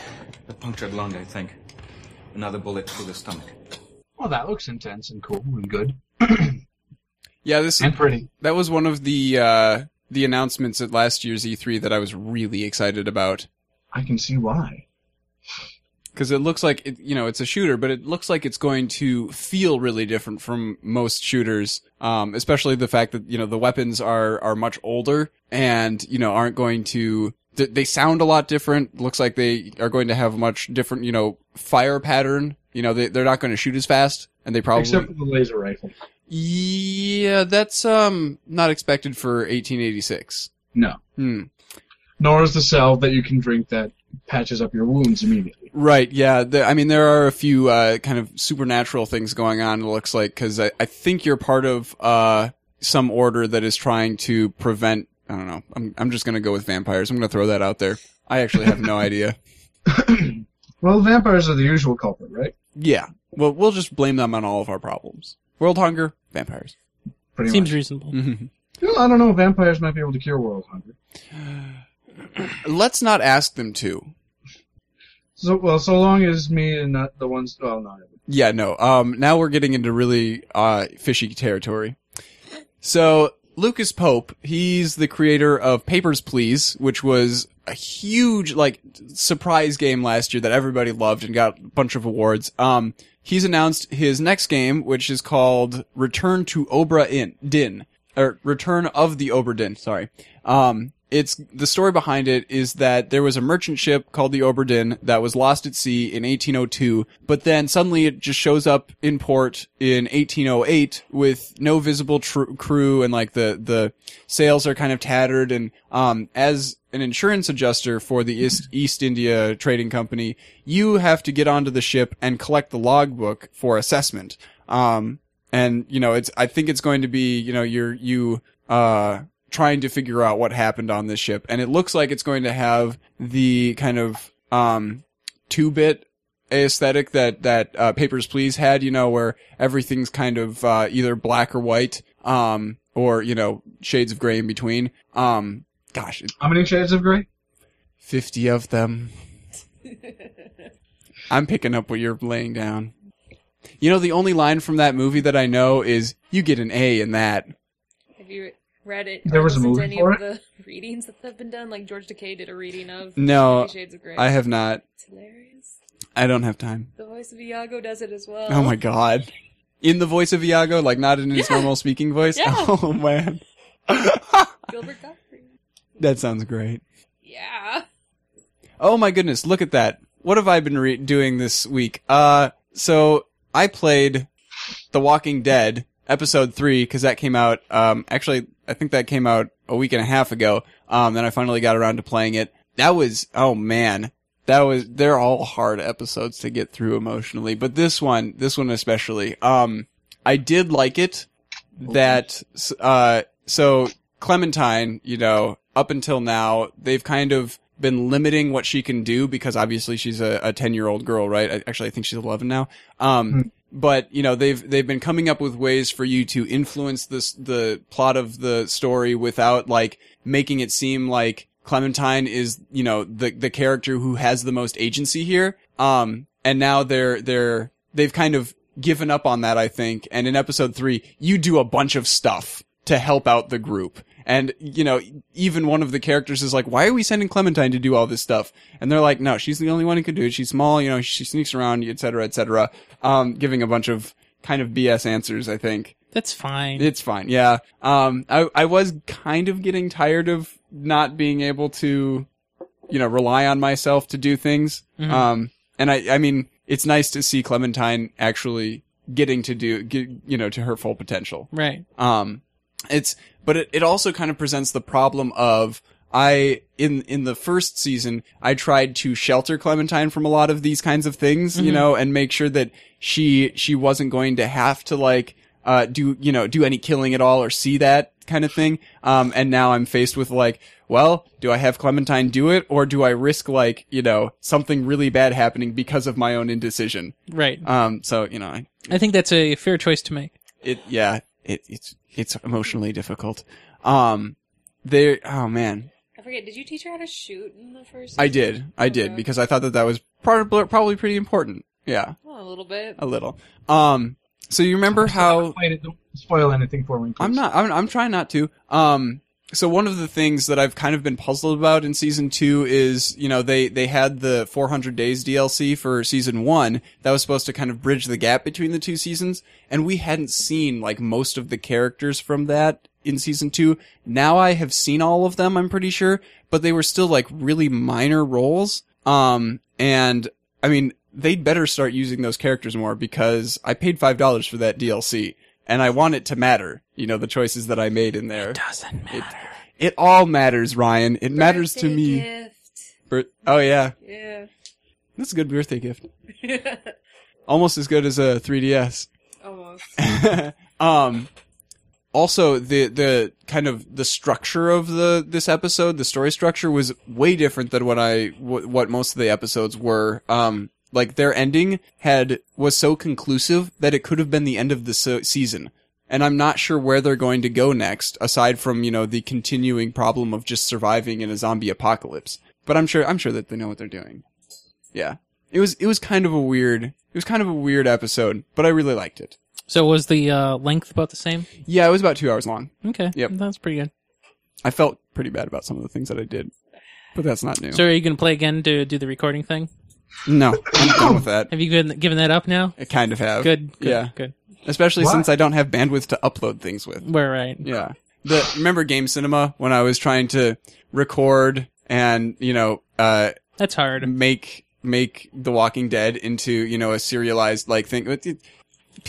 A punctured lung, I think. Another bullet through the stomach.
Well, that looks intense and cool and good
Yeah, this
and pretty.
that was one of the uh, the announcements at last year's E3 that I was really excited about
I can see why.
because it looks like it, you know it's a shooter, but it looks like it's going to feel really different from most shooters, um, especially the fact that you know the weapons are are much older and you know aren't going to th- they sound a lot different. Looks like they are going to have much different you know fire pattern. You know they they're not going to shoot as fast, and they probably
Except for the laser rifle.
yeah that's um not expected for 1886.
No.
Hmm.
Nor is the salve that you can drink that patches up your wounds immediately.
Right. Yeah. The, I mean, there are a few uh, kind of supernatural things going on. It looks like because I, I think you're part of uh, some order that is trying to prevent. I don't know. I'm I'm just gonna go with vampires. I'm gonna throw that out there. I actually have no idea.
Well, vampires are the usual culprit, right?
Yeah. Well, we'll just blame them on all of our problems. World hunger, vampires.
Pretty
Seems
much.
reasonable.
Mm.
Well, I don't know. Vampires might be able to cure world hunger.
Let's not ask them to.
So well, so long as me and not the ones. Well, not everyone.
Yeah, no. Um, now we're getting into really uh, fishy territory. So Lucas Pope, he's the creator of Papers, Please, which was a huge like surprise game last year that everybody loved and got a bunch of awards. Um, he's announced his next game, which is called Return to Obra Inn Din or Return of the Oberdin. Sorry. Um, it's the story behind it is that there was a merchant ship called the Oberdin that was lost at sea in 1802, but then suddenly it just shows up in port in 1808 with no visible tr- crew and like the the sails are kind of tattered and um as an insurance adjuster for the East, East India Trading Company, you have to get onto the ship and collect the logbook for assessment. Um, and you know it's i think it's going to be you know you're you uh trying to figure out what happened on this ship and it looks like it's going to have the kind of um two bit aesthetic that that uh, papers please had you know where everything's kind of uh either black or white um or you know shades of gray in between um gosh it-
How many shades of gray?
50 of them i'm picking up what you're laying down you know the only line from that movie that i know is you get an a in that
Have you read it?
There
or
was a
listened
movie
to any
for
of the readings that have been done. Like George Takei did a reading of
No,
Fifty Shades of Grey.
I have not.
It's hilarious.
I don't have time.
The voice of Iago does it as well.
Oh my god. In the voice of Iago, like not in his
Yeah.
normal speaking voice?
Yeah.
Oh man.
Gilbert Godfrey.
that sounds great.
Yeah.
Oh my goodness, look at that. What have I been re- doing this week? Uh, so I played The Walking Dead episode three because that came out. Um, actually, I think that came out a week and a half ago. Um, then I finally got around to playing it. That was oh man, that was they're all hard episodes to get through emotionally, but this one, this one especially. Um, I did like it. That uh, so Clementine, you know, up until now, they've kind of been limiting what she can do because obviously she's a, a 10 year old girl, right? I, actually, I think she's 11 now. Um, but you know, they've, they've been coming up with ways for you to influence this, the plot of the story without like making it seem like Clementine is, you know, the, the character who has the most agency here. Um, and now they're, they're, they've kind of given up on that, I think. And in episode three, you do a bunch of stuff to help out the group. And, you know, even one of the characters is like, why are we sending Clementine to do all this stuff? And they're like, no, she's the only one who can do it. She's small, you know, she sneaks around, et cetera, et cetera. Um, giving a bunch of kind of BS answers, I think.
That's fine.
It's fine. Yeah. Um, I, I was kind of getting tired of not being able to, you know, rely on myself to do things. Um, and I, I mean, it's nice to see Clementine actually getting to do, get, you know, to her full potential.
right.
Um, it's, but it, it also kind of presents the problem of I, in, in the first season, I tried to shelter Clementine from a lot of these kinds of things, you know, and make sure that she, she wasn't going to have to like, uh, do, you know, do any killing at all or see that kind of thing. Um, and now I'm faced with like, well, do I have Clementine do it or do I risk like, you know, something really bad happening because of my own indecision?
Right.
Um, so, you know, I,
I think that's a fair choice to make.
it yeah it, it's it's emotionally difficult um there oh man
I forget. Did you teach her how to shoot in the first?
i did i did
Okay.
because i thought that that was probably probably pretty important yeah
Oh, a little bit.
a little um so you remember how
Wait, it- don't spoil anything for me. Please.
I'm not. I'm, I'm trying not to. Um. So one of the things that I've kind of been puzzled about in season two is, you know, they they had the 400 days DLC for season one that was supposed to kind of bridge the gap between the two seasons, and we hadn't seen like most of the characters from that in season two. Now I have seen all of them. I'm pretty sure, but they were still like really minor roles. Um. And I mean, they'd better start using those characters more because I paid five dollars for that DLC and I want it to matter. You know, the choices that I made in there. It
Doesn't matter.
It all matters, Ryan. It matters to
Birthday
me.
Gift.
Bir- oh yeah,
Yeah.
that's a good birthday gift. Almost as good as a 3DS.
Almost.
um also the the kind of the structure of the this episode the story structure was way different than what i wh- what most of the episodes were um like their ending had was so conclusive that it could have been the end of the se- season and i'm not sure where they're going to go next aside from you know the continuing problem of just surviving in a zombie apocalypse but i'm sure i'm sure that they know what they're doing yeah it was it was kind of a weird it was kind of a weird episode but i really liked it
So was the uh, length about the same?
yeah, it was about two hours long.
Okay.
Yep.
That's pretty good.
I felt pretty bad about some of the things that I did, but that's not new.
So are you going to play again to do the recording thing?
No, I'm done with that.
Have you given, given that up now?
I kind of have.
Good. good
yeah,
Good.
especially
What?
since I don't have bandwidth to upload things with.
We're right.
Yeah. The remember Game Cinema when I was trying to record and you know uh,
That's hard.
make make The Walking Dead into you know a serialized like thing. It- it-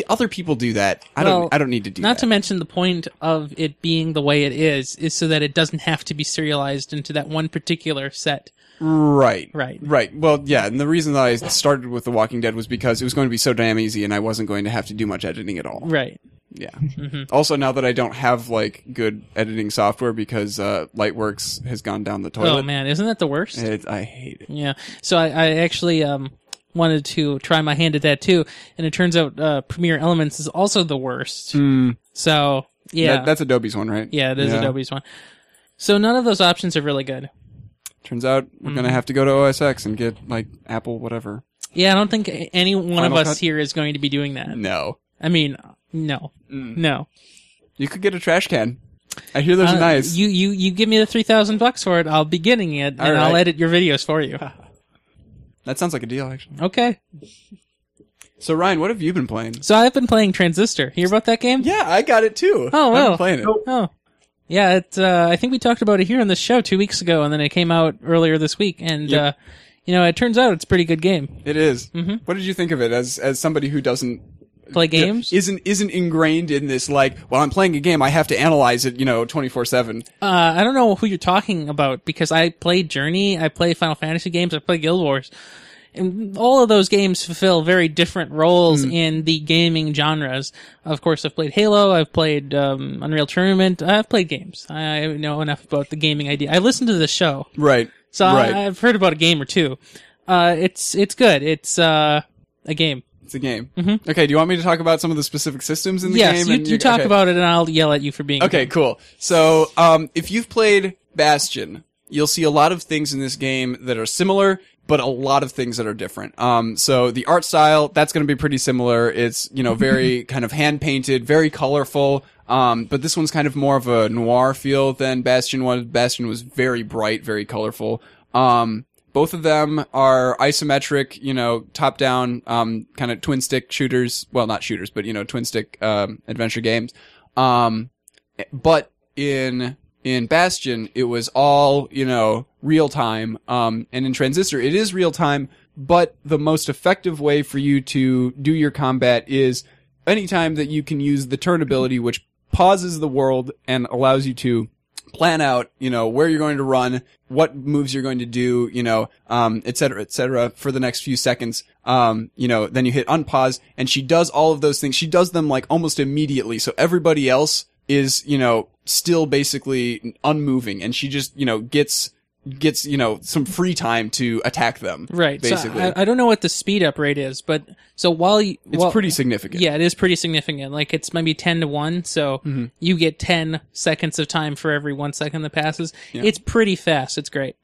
Other people do that. I
Well,
don't. I don't need to do
Not
that.
to mention the point of it being the way it is is so that it doesn't have to be serialized into that one particular set.
Right.
Right.
Right. Well, yeah, and the reason that I started with The Walking Dead was because it was going to be so damn easy and I wasn't going to have to do much editing at all.
Right.
Yeah.
Mm-hmm.
Also, now that I don't have like good editing software because uh, Lightworks has gone down the toilet.
Oh man, isn't that the worst?
It, I hate it.
Yeah. So I, I actually um wanted to try my hand at that too, and it turns out uh, Premiere Elements is also the worst. So yeah,
Hmm. That- that's Adobe's one, right?
yeah, it is Adobe's one. So none of those options are really good.
Turns out we're
Mm-hmm.
gonna have to go to OSX and get like Apple whatever.
Yeah, I don't think any one
Final
of us
Cut?
here is going to be doing that.
No, Hmm.
I mean, no, no.
you could get a trash can. I hear those
Uh,
are nice.
You you you give me the three thousand bucks for it. I'll be getting it, and
All right.
I'll edit your videos for you.
that sounds like a deal, actually.
okay.
So Ryan, what have you been playing?
So I've been playing Transistor. You hear about that game?
Yeah, I got it too.
Oh,
I've been
wow.
playing it.
Oh. Yeah, it, uh, I think we talked about it here on this show two weeks ago, and then it came out earlier this week. And,
Yep.
uh, you know, it turns out it's a pretty good game.
It is.
Mm-hmm.
What did you think of it as as somebody who doesn't
Play games?
isn't isn't ingrained in this like while I'm playing a game I have to analyze it you know twenty four seven.
Uh, I don't know who you're talking about because I play Journey, I play Final Fantasy games, I play Guild Wars. And all of those games fulfill very different roles
Hmm.
in the gaming genres. Of course, I've played Halo, I've played um, Unreal Tournament, I've played games. I know enough about the gaming idea. I listen to the show.
Right.
So
Right.
I, I've heard about a game or two. Uh, it's it's good. It's uh, a game.
It's a game. Okay, do you want me to talk about some of the specific systems in the
Mm-hmm. yes,
game?
you,
and
you talk
okay.
about it, and I'll yell at you for being
Okay, cool. So, um, if you've played Bastion, you'll see a lot of things in this game that are similar, but a lot of things that are different. Um, so the art style, that's going to be pretty similar. It's, you know, very kind of hand painted, very colorful. Um, but this one's kind of more of a noir feel than Bastion was. Bastion was very bright, very colorful. Um, both of them are isometric, you know, top down, um, kind of twin stick shooters. Well, not shooters, but, you know, twin stick, um, adventure games. Um, but in in Bastion, it was all you know real time. Um, and in Transistor, it is real time. But the most effective way for you to do your combat is anytime that you can use the turn ability, which pauses the world and allows you to plan out, you know, where you're going to run, what moves you're going to do, you know, um, et cetera, et cetera, for the next few seconds. Um, you know, then you hit unpause and she does all of those things. She does them like almost immediately. So everybody else is, you know, still basically unmoving and she just, you know, gets, gets, you know, some free time to attack them.
right. so
Basically.
I, I don't know what the speed up rate is, but so while you,
it's pretty significant.
Yeah, it is pretty significant. Like it's maybe ten to one, so
Mm-hmm.
you get ten seconds of time for every one second that passes. It's pretty fast. It's great.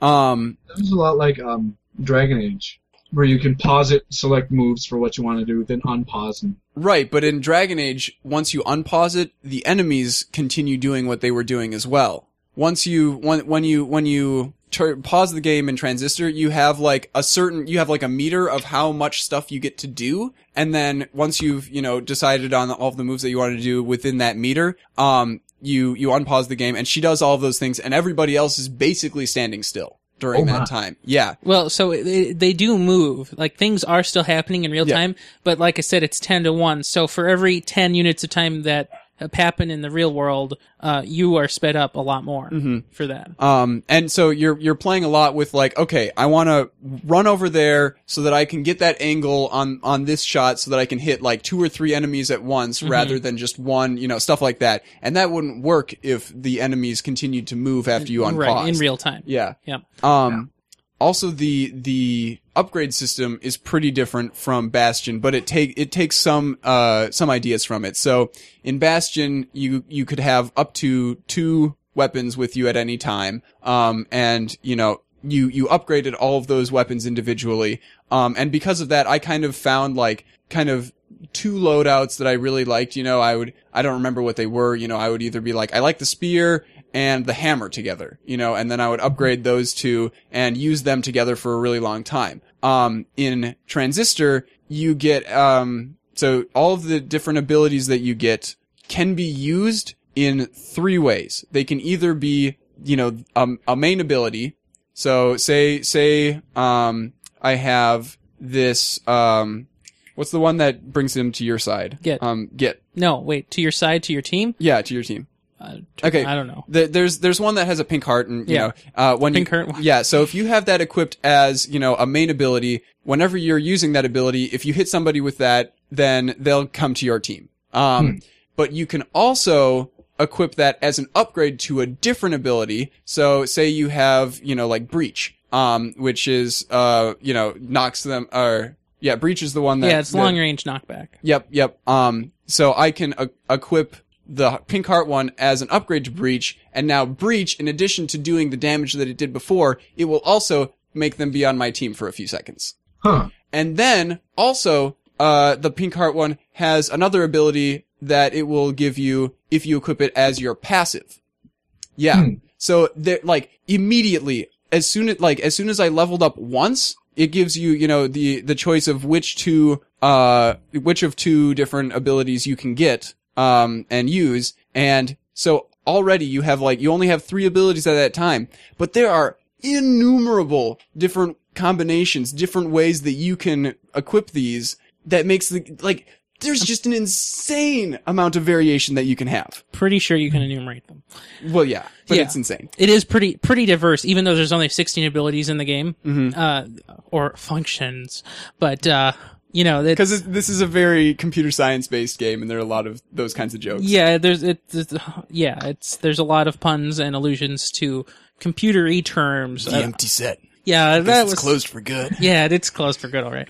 Um,
This is a lot like um, Dragon Age, where you can pause it, select moves for what you want to do, then unpause and
Right, but in Dragon Age, once you unpause it, the enemies continue doing what they were doing as well. Once you when, when you when you tur pause the game in Transistor, you have like a certain you have like a meter of how much stuff you get to do, and then once you've you know decided on all of the moves that you want to do within that meter, um, you you unpause the game, and she does all of those things, and everybody else is basically standing still during
Oh my.
that time. Yeah,
Well, so it- it, they do move. Like things are still happening in real
Yeah.
time, but like I said, it's ten to one. So for every ten units of time that happen in the real world, uh, you are sped up a lot more
Mm-hmm.
for that.
Um, and so you're you're playing a lot with like, okay, I want to run over there so that I can get that angle on on this shot, so that I can hit like two or three enemies at once
Mm-hmm.
rather than just one, you know, stuff like that. And that wouldn't work if the enemies continued to move after you unpause.
right in real time.
yeah.
Yep.
Um, also the the upgrade system is pretty different from Bastion, but it take it takes some uh some ideas from it. So in Bastion, you you could have up to two weapons with you at any time, um, and you know you you upgraded all of those weapons individually, um, and because of that, I kind of found like kind of two loadouts that I really liked. You know, I would I don't remember what they were. You know, I would either be like I like the spear and the hammer together, you know, and then I would upgrade those two and use them together for a really long time. Um, in Transistor, you get, um, so all of the different abilities that you get can be used in three ways. They can either be, you know, um, a main ability. So say, say, um, I have this, um, what's the one that brings him to your side?
Get.
Um, get.
No, wait. To your side, to your team.
Yeah, to your team.
Uh,
Okay.
I don't know.
There- there's there's one that has a pink heart, and you
Yeah.
know, uh, when
Pink
you,
heart one.
Yeah. So if you have that equipped as you know a main ability, whenever you're using that ability, if you hit somebody with that, then they'll come to your team.
Hmm.
Um, but you can also equip that as an upgrade to a different ability. So say you have you know like breach, um, which is uh you know knocks them or yeah breach is the one that
yeah, it's
that-
long range knockback.
Yep, yep. Um, so I can e- equip the pink heart one as an upgrade to breach, and now breach, in addition to doing the damage that it did before, it will also make them be on my team for a few seconds.
huh.
And then also, uh, the pink heart one has another ability that it will give you if you equip it as your passive. Yeah. So they're like immediately as soon as like as soon as I leveled up once, it gives you you know the the choice of which two uh which of two different abilities you can get um and use and so already you have like you only have three abilities at that time, but there are innumerable different combinations, different ways that you can equip these that makes the like there's just an insane amount of variation that you can have.
Pretty sure you can enumerate them.
Well, yeah, but
Yeah.
it's insane.
It is pretty pretty diverse, even though there's only 16 abilities in the game
Mm-hmm.
uh, or functions. But uh, you know, that-
Because this is a very computer science based game, and there are a lot of those kinds of jokes.
Yeah, there's it, it. Yeah, it's there's a lot of puns and allusions to computery terms.
The
I-
empty set.
yeah, that
Guess it's
was
closed for good.
yeah, it's closed for good, all right.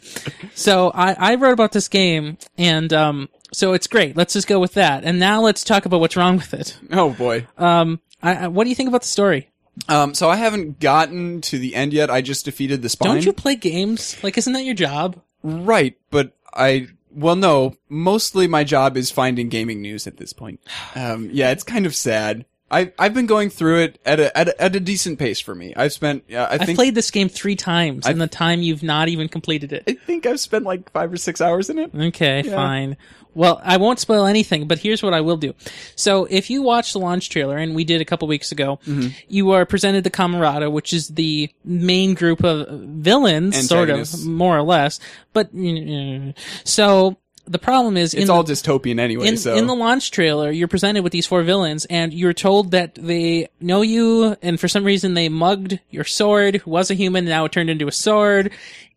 So I, I wrote about this game, and um, so it's great. Let's just go with that. And now let's talk about what's wrong with it.
Oh boy.
Um, I, I, what do you think about the story?
Um, so I haven't gotten to the end yet. I just defeated the spine.
Don't you play games? Like, isn't that your job?
Right, but I. Well, no. Mostly, my job is finding gaming news at this point. Um, yeah, it's kind of sad. I I've been going through it at a at a, at a decent pace for me. I've spent. Uh, I
I've
think
played this game three times in
I've-
the time you've not even completed it.
I think I've spent like five or six hours in it.
Okay, fine. Well, I won't spoil anything, but here's what I will do. So, if you watch the launch trailer, and we did a couple weeks ago, you are presented to Camarada, which is the main group of villains, sort of,
Antagonists.
more or less. But mm, mm. so the problem is, in
It's
the-
all dystopian anyway.
in,
so
in the launch trailer, you're presented with these four villains, and you're told that they know you, and for some reason they mugged your sword, who was a human, now it turned into a sword,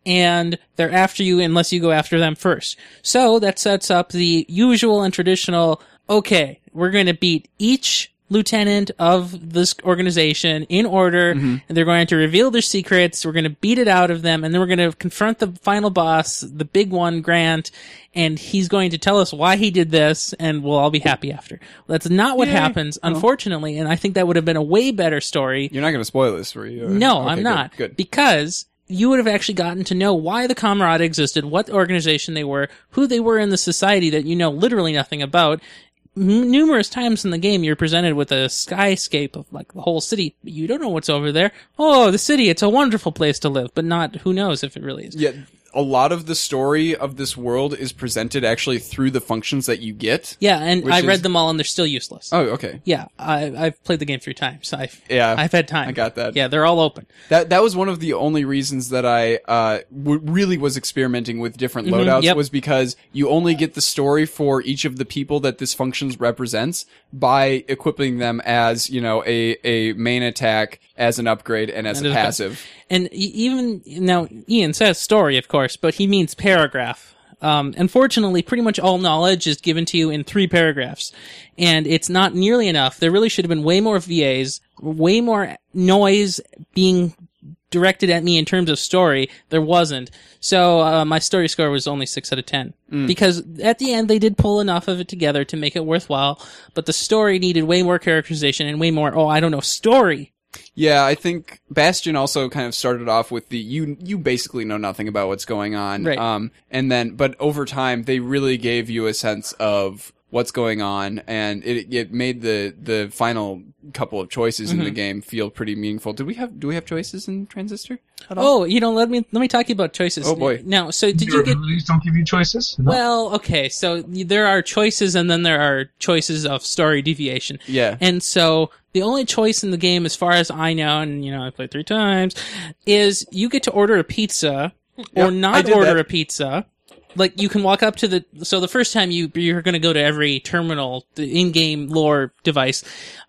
and they're after you unless you go after them first. So that sets up the usual and traditional, okay, we're gonna beat each lieutenant of this organization in order, and they're going to reveal their secrets. We're going to beat it out of them, and then we're going to confront the final boss, the big one, Grant, and he's going to tell us why he did this, and we'll all be happy after. That's not what happens, unfortunately, and I think that would have been a way better story.
you're not going to spoil this for you.
No,
Okay,
I'm
good,
not.
Good.
Because you would have actually gotten to know why the Camarada existed, what organization they were, who they were in the society that you know literally nothing about. M- numerous times in the game, you're presented with a skyscape of like the whole city. but You don't know what's over there. Oh, the city, it's a wonderful place to live, but not who knows if it really is.
yeah, a lot of the story of this world is presented actually through the functions that you get.
Yeah, and
Which
I read
is-
them all and they're still useless.
Oh, okay.
Yeah, I, I've played the game three times. I've,
Yeah,
I've had time.
I got that.
Yeah, they're all open.
That that was one of the only reasons that I uh, w- really was experimenting with different loadouts
Mm-hmm. yep.
was because you only get the story for each of the people that this functions represents by equipping them as you know a a main attack, as an upgrade, and as
And
a
as a passive.
passive.
And e- even now, Ian says story, of course, but he means paragraph. Um, unfortunately, pretty much all knowledge is given to you in three paragraphs, and it's not nearly enough. There really should have been way more VAs, way more noise being directed at me in terms of story. There wasn't, so uh, my story score was only six out of ten because at the end they did pull enough of it together to make it worthwhile. But the story needed way more characterization and way more. Oh, I don't know, story.
Yeah, I think Bastion also kind of started off with the you you basically know nothing about what's going on.
Right.
Um and then but over time they really gave you a sense of what's going on and it it made the the final couple of choices in
Mm-hmm.
the game feel pretty meaningful. Do we have do we have choices in Transistor?
Oh, you know, let me let me talk to you about choices.
Oh, boy.
Now, so did
Your
you get?
abilities don't give you choices? No.
Well, okay, so y- there are choices, and then there are choices of story deviation.
Yeah.
And so the only choice in the game, as far as I know, and you know, I played three times, is you get to order a pizza or
Yep, I
not
did
order
that.
a pizza. Like you can walk up to the so the first time you you're going to go to every terminal, the in-game lore device,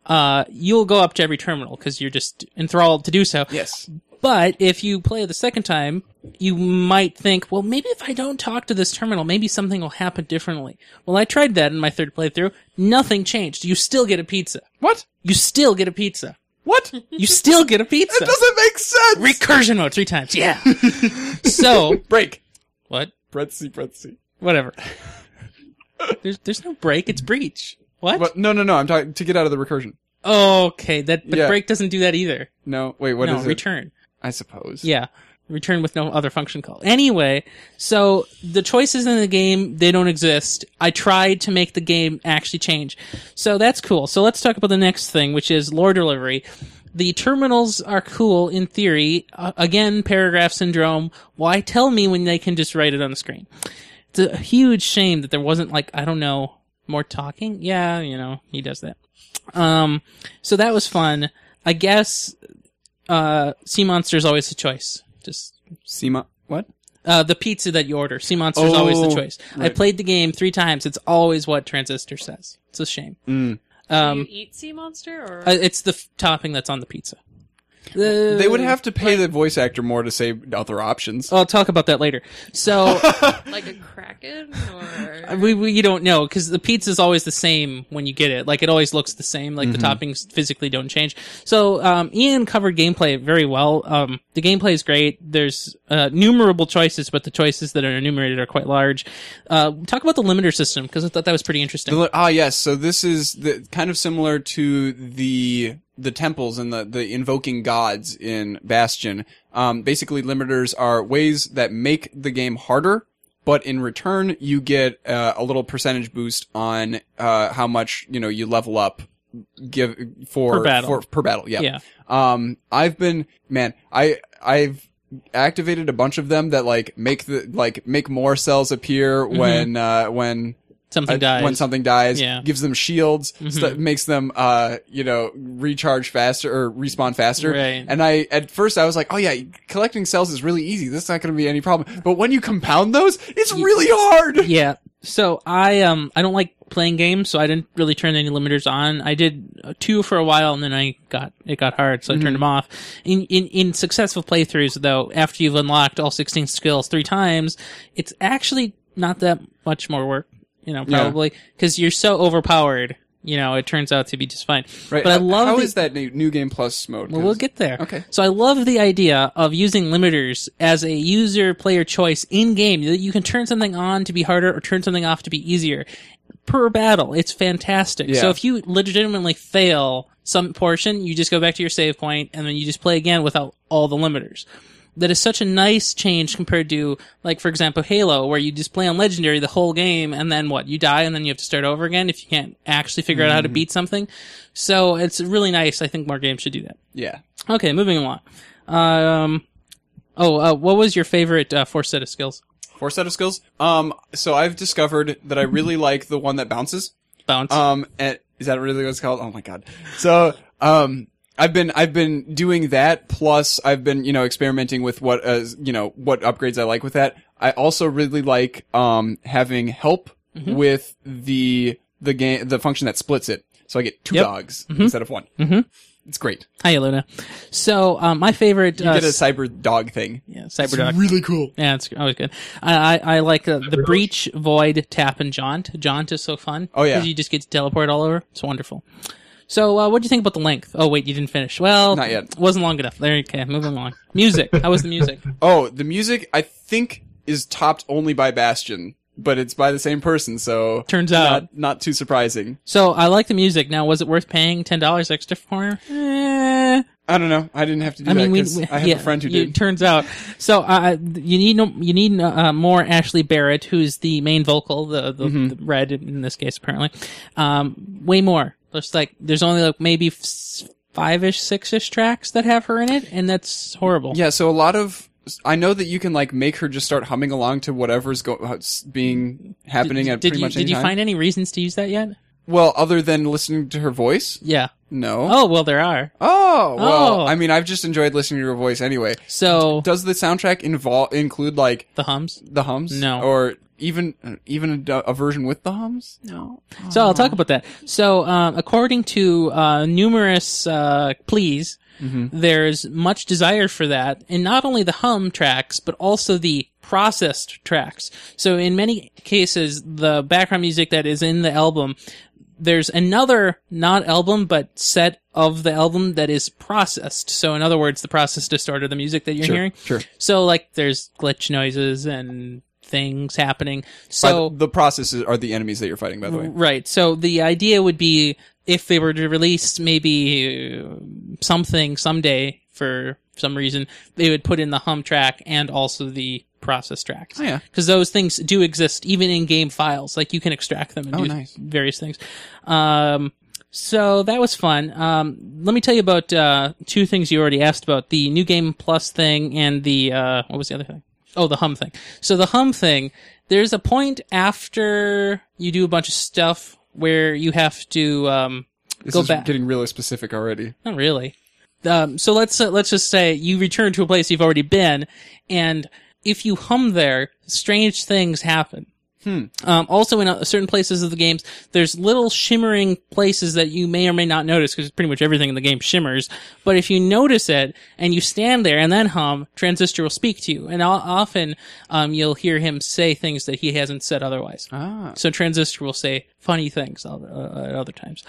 uh, you'll go up to every terminal because you're just enthralled to do so.
Yes.
But if you play it the second time, you might think, well, maybe if I don't talk to this terminal, maybe something will happen differently. Well, I tried that in my third playthrough. Nothing changed. You still get a pizza.
What?
You still get a pizza.
What? It
You still get a pizza.
doesn't make sense.
Recursion mode three times. Yeah. so
break.
what?
Bretzy, Bretzy.
Whatever. There's there's no break. It's breach. What?
What? No, no, no. I'm talking to get out of the recursion.
Okay. That but
Yeah.
break doesn't do that either.
No, wait, what is
no
it?
return.
I suppose.
Yeah. Return with no other function call. Anyway, so the choices in the game, they don't exist. I tried to make the game actually change. So that's cool. So let's talk about the next thing, which is lore delivery. The terminals are cool in theory. Uh, again, paragraph syndrome. Why tell me when they can just write it on the screen? It's a huge shame that there wasn't like, I don't know, more talking. Yeah, you know, he does that. Um, so that was fun. I guess uh, sea monster is always a choice. Just
Seema. What?
uh, the pizza that you order, sea monster is always the
Oh,
choice. I
right.
played the game three times. It's always what transistor says.
Mm.
It's a shame. Um,
Do you eat sea monster or
uh, it's the f- topping that's on the pizza. The-
They would have to pay the voice actor more to say other options.
I'll talk about that later. So
Like a kraken
Uh,
or
We, we you don't know because the pizza's always the same when you get it. Like it always looks the same. Like the
Mm-hmm.
toppings physically don't change. So um, Ian covered gameplay very well. Um, the gameplay is great. There's uh, numerable choices, but the choices that are enumerated are quite large. Uh, talk about the limiter system because I thought that was pretty interesting.
The li- ah, yes. So this is the, kind of similar to the the temples and the the invoking gods in Bastion. Um, basically, limiters are ways that make the game harder, but in return, you get uh, a little percentage boost on uh, how much you know you level up. Give for
Per battle.
for per battle. Yeah.
Yeah.
Um, I've been man, I I've activated a bunch of them that like make the like make more cells appear
Mm-hmm.
when uh when
something
uh,
dies.
when something dies.
Yeah. Mm-hmm.
Gives them shields. stu- makes them, uh, you know, recharge faster or respawn faster.
Right.
And I, at first, I was like, oh yeah, collecting cells is really easy. That's not going to be any problem. But when you compound those, it's really hard.
yeah. So I um I don't like playing games, so I didn't really turn any limiters on. I did uh, two for a while, and then I got it got hard, so I
Mm-hmm.
turned them off. In in in successful playthroughs, though, after you've unlocked all sixteen skills three times, it's actually not that much more work. You know,
Yeah.
probably because you're so overpowered. You know, it turns out to be just fine.
Right.
But I
How-
love
how
the-
is that new, new game plus mode?
well, we'll
'Cause-
get there.
Okay.
So I love the idea of using limiters as a user player choice in game. You you can turn something on to be harder or turn something off to be easier per battle. It's fantastic.
Yeah.
So if you legitimately fail some portion, you just go back to your save point and then you just play again without all the limiters. That is such a nice change compared to, like, for example, Halo, where you just play on Legendary the whole game and then what? You die and then you have to start over again if you can't actually figure out how to
Mm-hmm.
beat something. So it's really nice. I think more games should do that.
Yeah.
Okay, moving along. Um, oh, uh, what was your favorite uh, fourth set of skills?
Four set of skills. Um, so I've discovered that I really like the one that bounces.
Bounce.
Um, and is that really what it's called? Oh my god. So, um, I've been I've been doing that. Plus, I've been you know experimenting with what uh you know what upgrades I like with that. I also really like um having help
Mm-hmm.
with the the game the function that splits it. So I get two
Yep.
dogs instead of one. Mm-hmm. It's great.
Hi, Luna. So, um, my favorite.
You
uh,
get a
s-
cyber dog thing.
yeah, Cyberdog.
Really cool.
yeah, it's always good. I I, I like uh, the breach, void, tap, and jaunt. Jaunt is so fun.
Oh, yeah.
'Cause you just get to teleport all over. It's wonderful. So, uh, what do you think about the length? Oh wait, you didn't finish. Well,
Not yet.
Wasn't long enough. There, okay, moving along. Music. How was the music?
Oh, the music I think is topped only by Bastion, but it's by the same person. So
Turns out.
not, not too surprising.
So, I like the music. Now, was it worth paying ten dollars extra for? Eh,
I don't know. I didn't have to do
I
that
mean, we,
'cause
we-
I have
yeah,
a friend who
you-
did.
Turns out, so uh, you need no, you need uh, more Ashley Barrett, who's the main vocal, the, the,
Mm-hmm.
the red in this case, apparently. Um, way more. There's like there's only like maybe f- five-ish, six-ish tracks that have her in it, and that's horrible.
yeah, so a lot of I know that you can like make her just start humming along to whatever's go- what's being happening at
Did
pretty
you
much
did
any
you
time.
find any reasons to use that yet?
well, other than listening to her voice,
Yeah.
no.
Oh well, there are.
Oh, well,
Oh.
I mean, I've just enjoyed listening to her voice anyway.
So
Does the soundtrack involve include like
the hums.
the hums?
No.
or even uh, even a, du- a version with the hums?
No. So I'll talk about that. So um, according to uh, numerous uh, pleas,
Mm-hmm.
there's much desire for that in not only the hum tracks but also the processed tracks. So in many cases, the background music that is in the album. There's another not album but set of the album that is processed. So in other words, the process distorted the music that you're
Sure,
hearing.
sure.
So like there's glitch noises and things happening.
By
So
the, the processes are the enemies that you're fighting, by the way.
Right. So the idea would be if they were to release maybe uh, something someday for some reason, they would put in the hum track and also the process tracks.
Oh, yeah.
Because those things do exist even in game files. Like you can extract them and
Oh,
do
nice.
various things. Um, so that was fun. Um, let me tell you about uh, two things you already asked about the new game plus thing and the uh, what was the other thing? Oh, the hum thing. So the hum thing. There's a point after you do a bunch of stuff where you have to um,
This
go
is
back.
getting really specific already.
Not really. Um, so let's uh, let's just say you return to a place you've already been, and if you hum there, strange things happen. Um, also, in uh, certain places of the games, there's little shimmering places that you may or may not notice because pretty much everything in the game shimmers. But if you notice it and you stand there and then hum, Transistor will speak to you, and o- often um, you'll hear him say things that he hasn't said otherwise. Ah. So Transistor will say funny things oth- uh, at other times.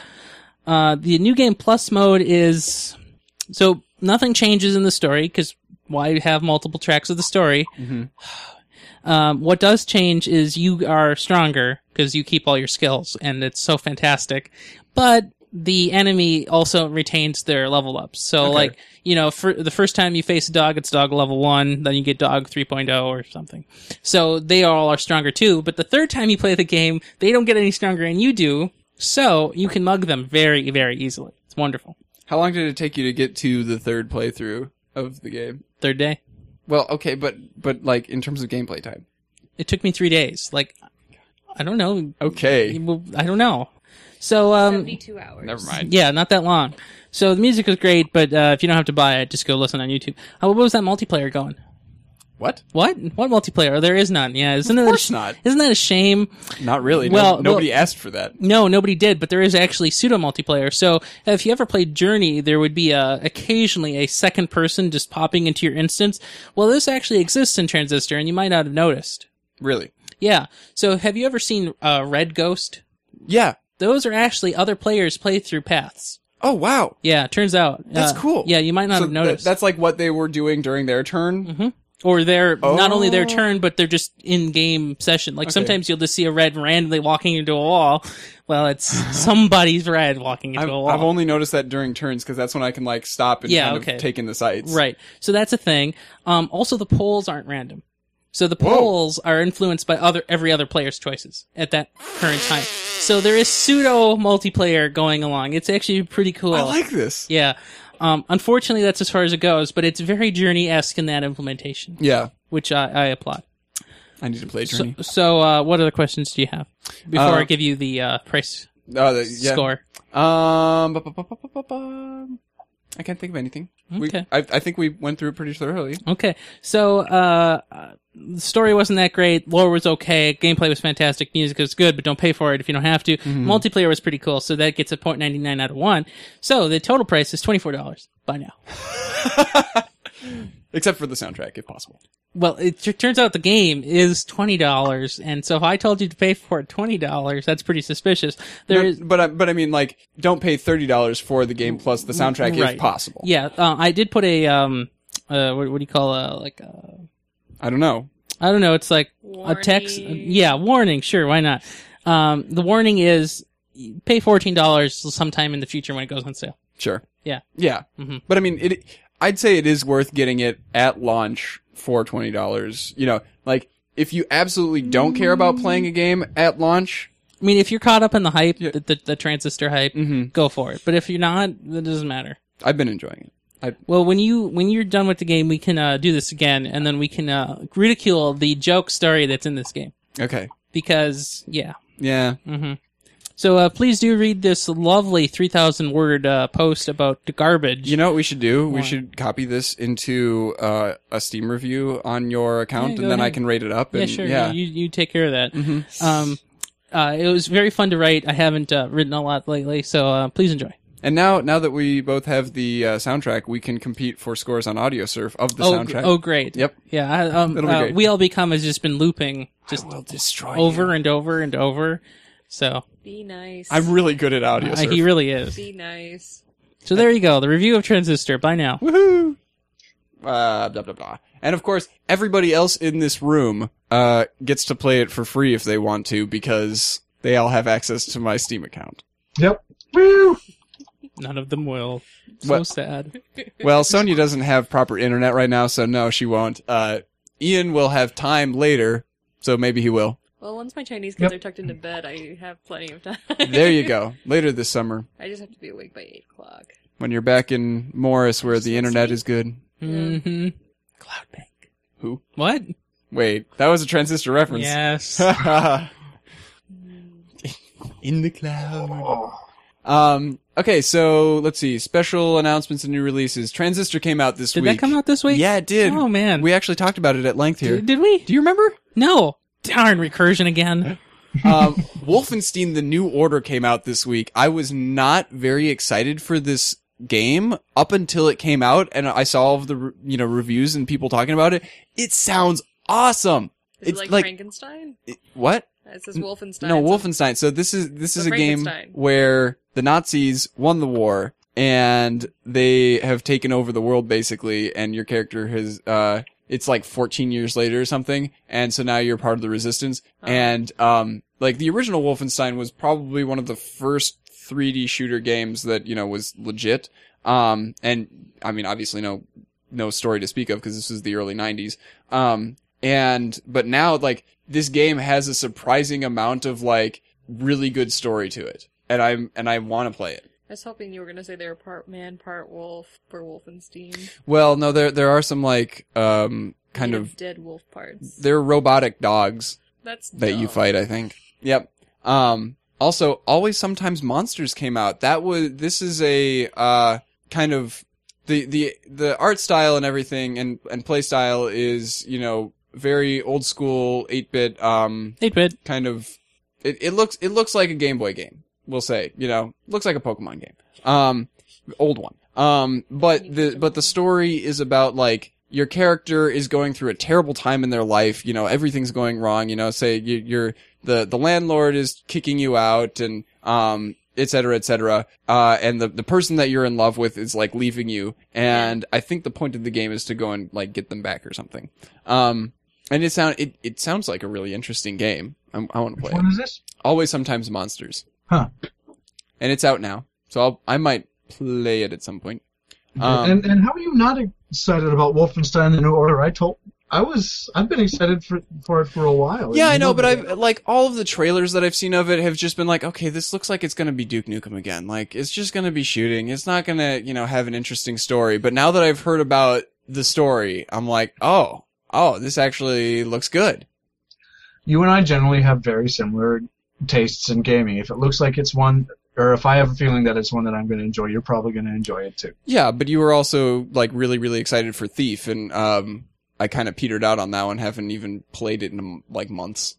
Uh, the new game plus mode is so nothing changes in the story because why have multiple tracks of the story? Um, what does change is you are stronger because you keep all your skills, and it's so fantastic. But the enemy also retains their level ups. So, like, you know, for the first time you face a dog, it's dog level one, then you get dog 3.0 or something. So they all are stronger too. But the third time you play the game, they don't get any stronger, and you do. So you can mug them very, very easily. It's wonderful.
How long did it take you to get to the third playthrough of the game?
Third day.
Well, okay, but but like in terms of gameplay time.
It took me three days. Like, I don't know.
Okay,
I don't know. So, um,
Seventy-two hours.
never mind.
yeah, not that long. So the music was great, but uh, if you don't have to buy it, just go listen on YouTube. How what was that multiplayer going?
What?
What? What multiplayer? Oh, There is none. Yeah, isn't of
course
that a,
not.
Isn't that a shame?
Not really. No-
Well,
nobody
well-
asked for that.
No, nobody did, but there is actually pseudo multiplayer. So if you ever played Journey, there would be a, occasionally a second person just popping into your instance. Well, this actually exists in Transistor, and you might not have noticed.
Really?
Yeah. So have you ever seen uh, Red Ghost?
Yeah.
Those are actually other players' playthrough paths.
Oh wow.
Yeah, turns out
That's
Uh,
cool.
Yeah, you might not
So
have noticed. Mm-hmm.
that- that's like what they were doing during their turn.
or they're not only their
Oh.
turn, but they're just in-game session. Like sometimes you'll just see a red randomly walking into a wall. Well, it's somebody's red walking into
I've,
a wall.
I've only noticed that during turns because that's when I can like stop and
Yeah,
kind
okay.
of take in the sights.
Right. So that's a thing. Um, also, the polls aren't random. So the polls are influenced by other every other player's choices at that current time. So there is pseudo multiplayer going along. It's actually pretty cool.
I like this.
Yeah. Um, unfortunately, that's as far as it goes, but it's very Journey esque in that implementation,
Yeah.
which I, I applaud.
I need to play
So,
Journey.
so uh, what other questions do you have before
Uh,
I give you the uh, price
oh, the- yeah.
score?
Um, bu- bu- bu- bu- bu- bu- bu- I can't think of anything. We,
Okay.
I, I think we went through it pretty thoroughly.
Okay, so uh, uh, the story wasn't that great. Lore was okay. Gameplay was fantastic. Music was good, but don't pay for it if you don't have to. Multiplayer was pretty cool, so that gets a point ninety nine out of one. So the total price is twenty four dollars by now.
Except for the soundtrack, if possible.
Well, it t- turns out the game is twenty dollars, and so if I told you to pay for it twenty dollars, that's pretty suspicious. There
No,
is.
but I, but I mean, like, don't pay thirty dollars for the game plus the soundtrack
Right.
if possible.
Yeah, uh, I did put a um, uh, what, what do you call a like a
I don't know.
I don't know. It's like a
uh,
text. uh,
Warning.
Yeah, warning. Sure, why not? Um, the warning is you pay fourteen dollars sometime in the future when it goes on sale.
Sure.
Yeah. Mm-hmm.
Yeah. But I mean, it. I'd say it is worth getting it at launch for twenty dollars. You know, like if you absolutely don't care about playing a game at launch,
I mean, if you're caught up in the hype, the, the, the transistor hype, go for it. But if you're not, it doesn't matter.
I've been enjoying it. I,
Well, when you when you're done with the game, we can uh, do this again, and then we can uh, ridicule the joke story that's in this game
okay.
because yeah.
Yeah.
Mm. So uh, please do read this lovely three thousand word uh, post about the garbage.
You know what we should do? We should copy this into uh, a Steam review on your account,
Yeah, go
and then I
ahead.
can rate it up. And,
yeah, sure.
Yeah. Mm-hmm.
You, you take care of that. Um, uh, it was very fun to write. I haven't uh, written a lot lately, so uh, please enjoy.
and now, now that we both have the uh, soundtrack, we can compete for scores on AudioSurf of the
oh,
soundtrack.
oh, great.
Yep.
Yeah. I, um,
It'll be
uh,
great.
We all become has just been looping just
will destroy
over and over and over. So
Be nice.
I'm really good at
uh,
AudioSurf.
he really is.
Be nice.
So there you go. The review of Transistor. Bye now.
Woohoo! Uh, blah blah blah. And of course, everybody else in this room uh, gets to play it for free if they want to because they all have access to my Steam account.
Yep. Woo!
None of them will. So
What-
sad.
Well, Sonya doesn't have proper internet right now, so no, she won't. Uh, Ian will have time later, so maybe he will.
Well, once my Chinese kids
Yep.
are tucked into bed, I have plenty of time.
There you go. Later this summer,
I just have to be awake by eight o'clock.
when you're back in Morris, where the internet is good.
hmm Cloud Bank.
Who?
What?
Wait, that was a transistor reference.
Yes.
in the cloud. Um. Okay, so let's see. Special announcements and new releases. Transistor came out this
did
week.
that come out this week?
Yeah, it did.
Oh man.
We actually taled about it at length here.
did we?
Do you remember?
No. Darn recursion again.
um, Wolfenstein: The New Order came out this week. I was not very excited for this game up until it came out, and I saw all of the re- you know reviews and people talking about it. It sounds awesome.
Is
it's
it like, Frankenstein?
it- what?
It says Wolfenstein.
No,
It's a-
Wolfenstein. So this is this is
The
a game
Frankenstein.
where the Nazis won the war and they have taken over the world basically, and your character has uh it's like 14 years later or something, and so now you're part of the resistance.
Oh.
And um like the original Wolfenstein was probably one of the first 3D shooter games that you know was legit. Um and I mean obviously no no story to speak of because this was the early 90s. Um, and, but now, like, this game has a surprising amount of, like, really good story to it. And I'm, and I want to play it.
I was hoping you were going to say they were part man, part wolf for Wolfenstein.
Well, no, there, there are some, like, um, kind
Made
of,
dead wolf parts.
they're robotic dogs
That's
that you
dumb.
fight, I think. Yep. Um, also, Always Sometimes Monsters came out. That was, this is a, uh, kind of, the, the, the art style and everything and, and play style is, you know, very old school 8-bit, um,
Eight bit.
kind of it, it looks it looks like a Game Boy game. We'll say you know looks like a Pokemon game, um, old one. Um, but the but the story is about like your character is going through a terrible time in their life. You know everything's going wrong. You know say you, you're the the landlord is kicking you out and um et cetera et cetera uh and the the person that you're in love with is like leaving you and i think the point of the game is to go and like get them back or something um and it sound it, it sounds like a really interesting game. I'm, I want to play
Which one
it.
is this?
Always sometimes monsters.
Huh.
And it's out now, so I'll, I might play it at some point. Um,
and and how are you not excited about Wolfenstein: The New Order? I told I was I've been excited for for it for a while.
yeah,
You
I know, but
that.
I've like all of the trailers that I've seen of it have just been like, okay, this looks like it's gonna be Duke Nukem again. Like it's just gonna be shooting. It's not gonna you know have an interesting story. But now that I've heard about the story, I'm like, oh, oh, this actually looks good.
you and I generally have very similar tastes in gaming. If it looks like it's one, or if I have a feeling that it's one that I'm going to enjoy, you're probably going to enjoy it too.
Yeah, but you were also like really, really excited for Thief, and um, I kind of petered out on that one. Haven't even played it in um, like months.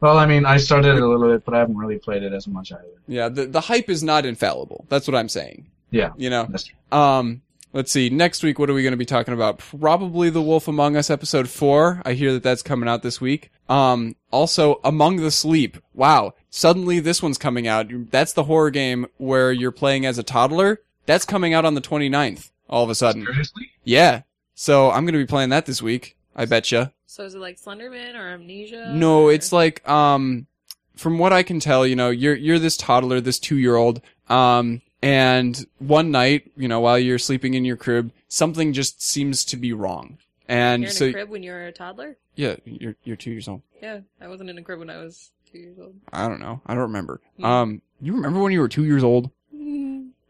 Well, I mean, I started it a little bit, but I haven't really played it as much either.
Yeah, the the hype is not infallible. That's what I'm saying.
Yeah.
You know.
That's true.
Um, let's see. Next week, what are we going to be talking about? Probably The Wolf Among Us episode four. I hear that that's coming out this week. Um, also Among the Sleep. Wow. Suddenly this one's coming out. That's the horror game where you're playing as a toddler. That's coming out on the 29th. All of a sudden.
Seriously?
Yeah. So I'm gonna be playing that this week. I betcha.
So is it like Slenderman or Amnesia?
No,
or-
it's like um, from what I can tell, you know, you're you're this toddler, this two year old, um, and one night, you know, while you're sleeping in your crib, something just seems to be wrong, and
You're in
so
a crib when you were a toddler?
yeah, you're you're two years old.
Yeah, I wasn't in a crib when I was two years old.
I don't know. I don't remember.
Yeah.
Um, you remember when you were two years old?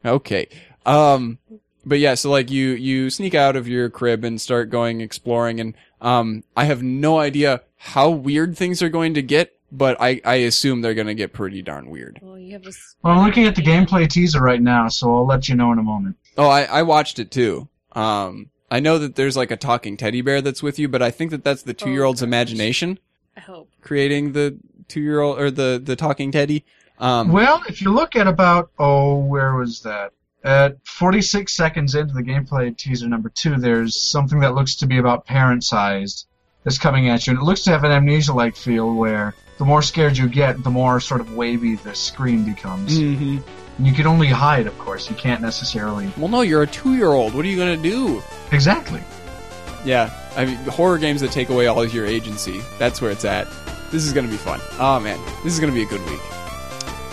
Okay. Um, but yeah, so like you, you sneak out of your crib and start going exploring and, um, I have no idea how weird things are going to get, but I, I assume they're going to get pretty darn weird.
Well, you have this.
Well, I'm looking at the gameplay teaser right now, so I'll let you know in a moment.
Oh, I, I watched it too. Um, I know that there's like a talking teddy bear that's with you, but I think that that's the two year old's imagination
I hope.
creating the two year old or the, the talking teddy. Um,
Well, if you look at about oh, where was that? At 46 seconds into the gameplay teaser number two, there's something that looks to be about parent-sized that's coming at you, and it looks to have an amnesia-like feel where the more scared you get, the more sort of wavy the screen becomes.
mhm.
And you can only hide, of course. You can't necessarily
Well, no, you're a two year old. What are you going to do?
exactly.
Yeah, I mean, horror games that take away all of your agency. That's where it's at. This is going to be fun. Oh, man. This is going to be a good week.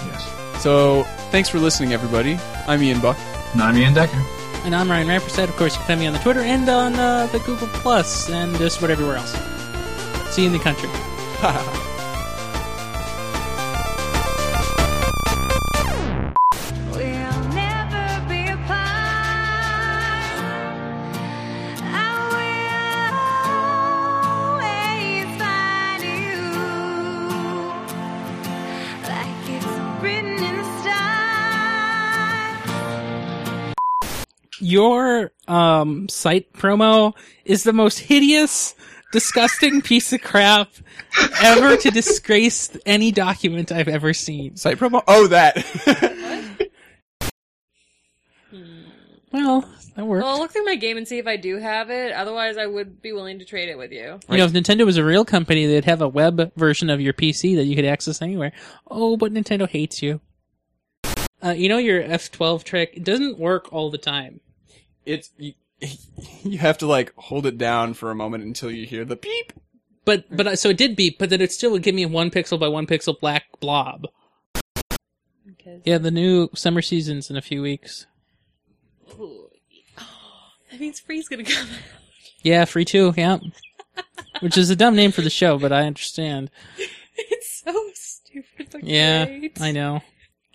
Yes.
So, thanks for listening, everybody. I'm Ian Buck.
Not me and Decker.
And I'm Ryan Rampersad. Of course, you can find me on the Twitter and on uh, the Google Plus and just about everywhere else. See you in the country.
We'll never be apart. I will always find you, like it's written in the stars.
Your um, site promo is the most hideous disgusting piece of crap ever to disgrace any document I've ever seen.
Site promo? Oh, that.
Well, that worked.
Well, I'll look through my game and see if I do have it. Otherwise, I would be willing to trade it with you.
You know, if Nintendo was a real company, they'd have a web version of your PC that you could access anywhere. Oh, but Nintendo hates you. Uh, you know your F12 trick it doesn't work all the time.
it's you, you have to like hold it down for a moment until you hear the beep.
But but I- so it did beep, but then it still would give me a one pixel by one pixel black blob.
Because
Yeah, the new summer seasons in a few weeks.
Ooh. that means Free's gonna come.
Yeah, free too. Yeah, which is a dumb name for the show, but I understand.
it's so stupid. But
Yeah,
great.
I know.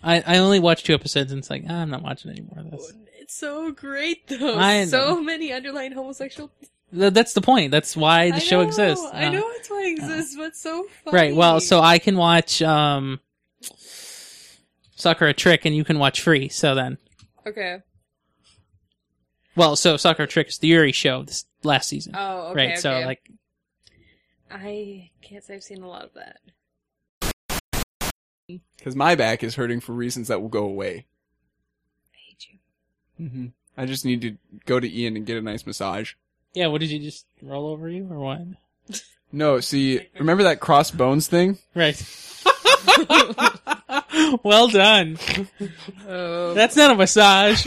I, I only watched two episodes and it's like, ah, I'm not watching any more of this.
It's so great though.
I know.
So many underlying homosexual.
Th- that's the point. That's why the
I
show
know,
exists.
I
Uh,
know it's why it exists, but it's so funny.
Right. Well, so I can watch um Sakura Trick and you can watch Free. So then,
okay.
well, so Sakura Trick is the Yuri show this last season.
Oh, okay.
right.
okay.
So like
I can't say I've seen a lot of that.
Because my back is hurting for reasons that will go away.
I hate you.
Mm-hmm. I just need to go to Ian and get a nice massage.
Yeah, what did you just roll over you or what?
No, see, remember that crossbones thing?
Right. well done.
Oh,
That's not a massage.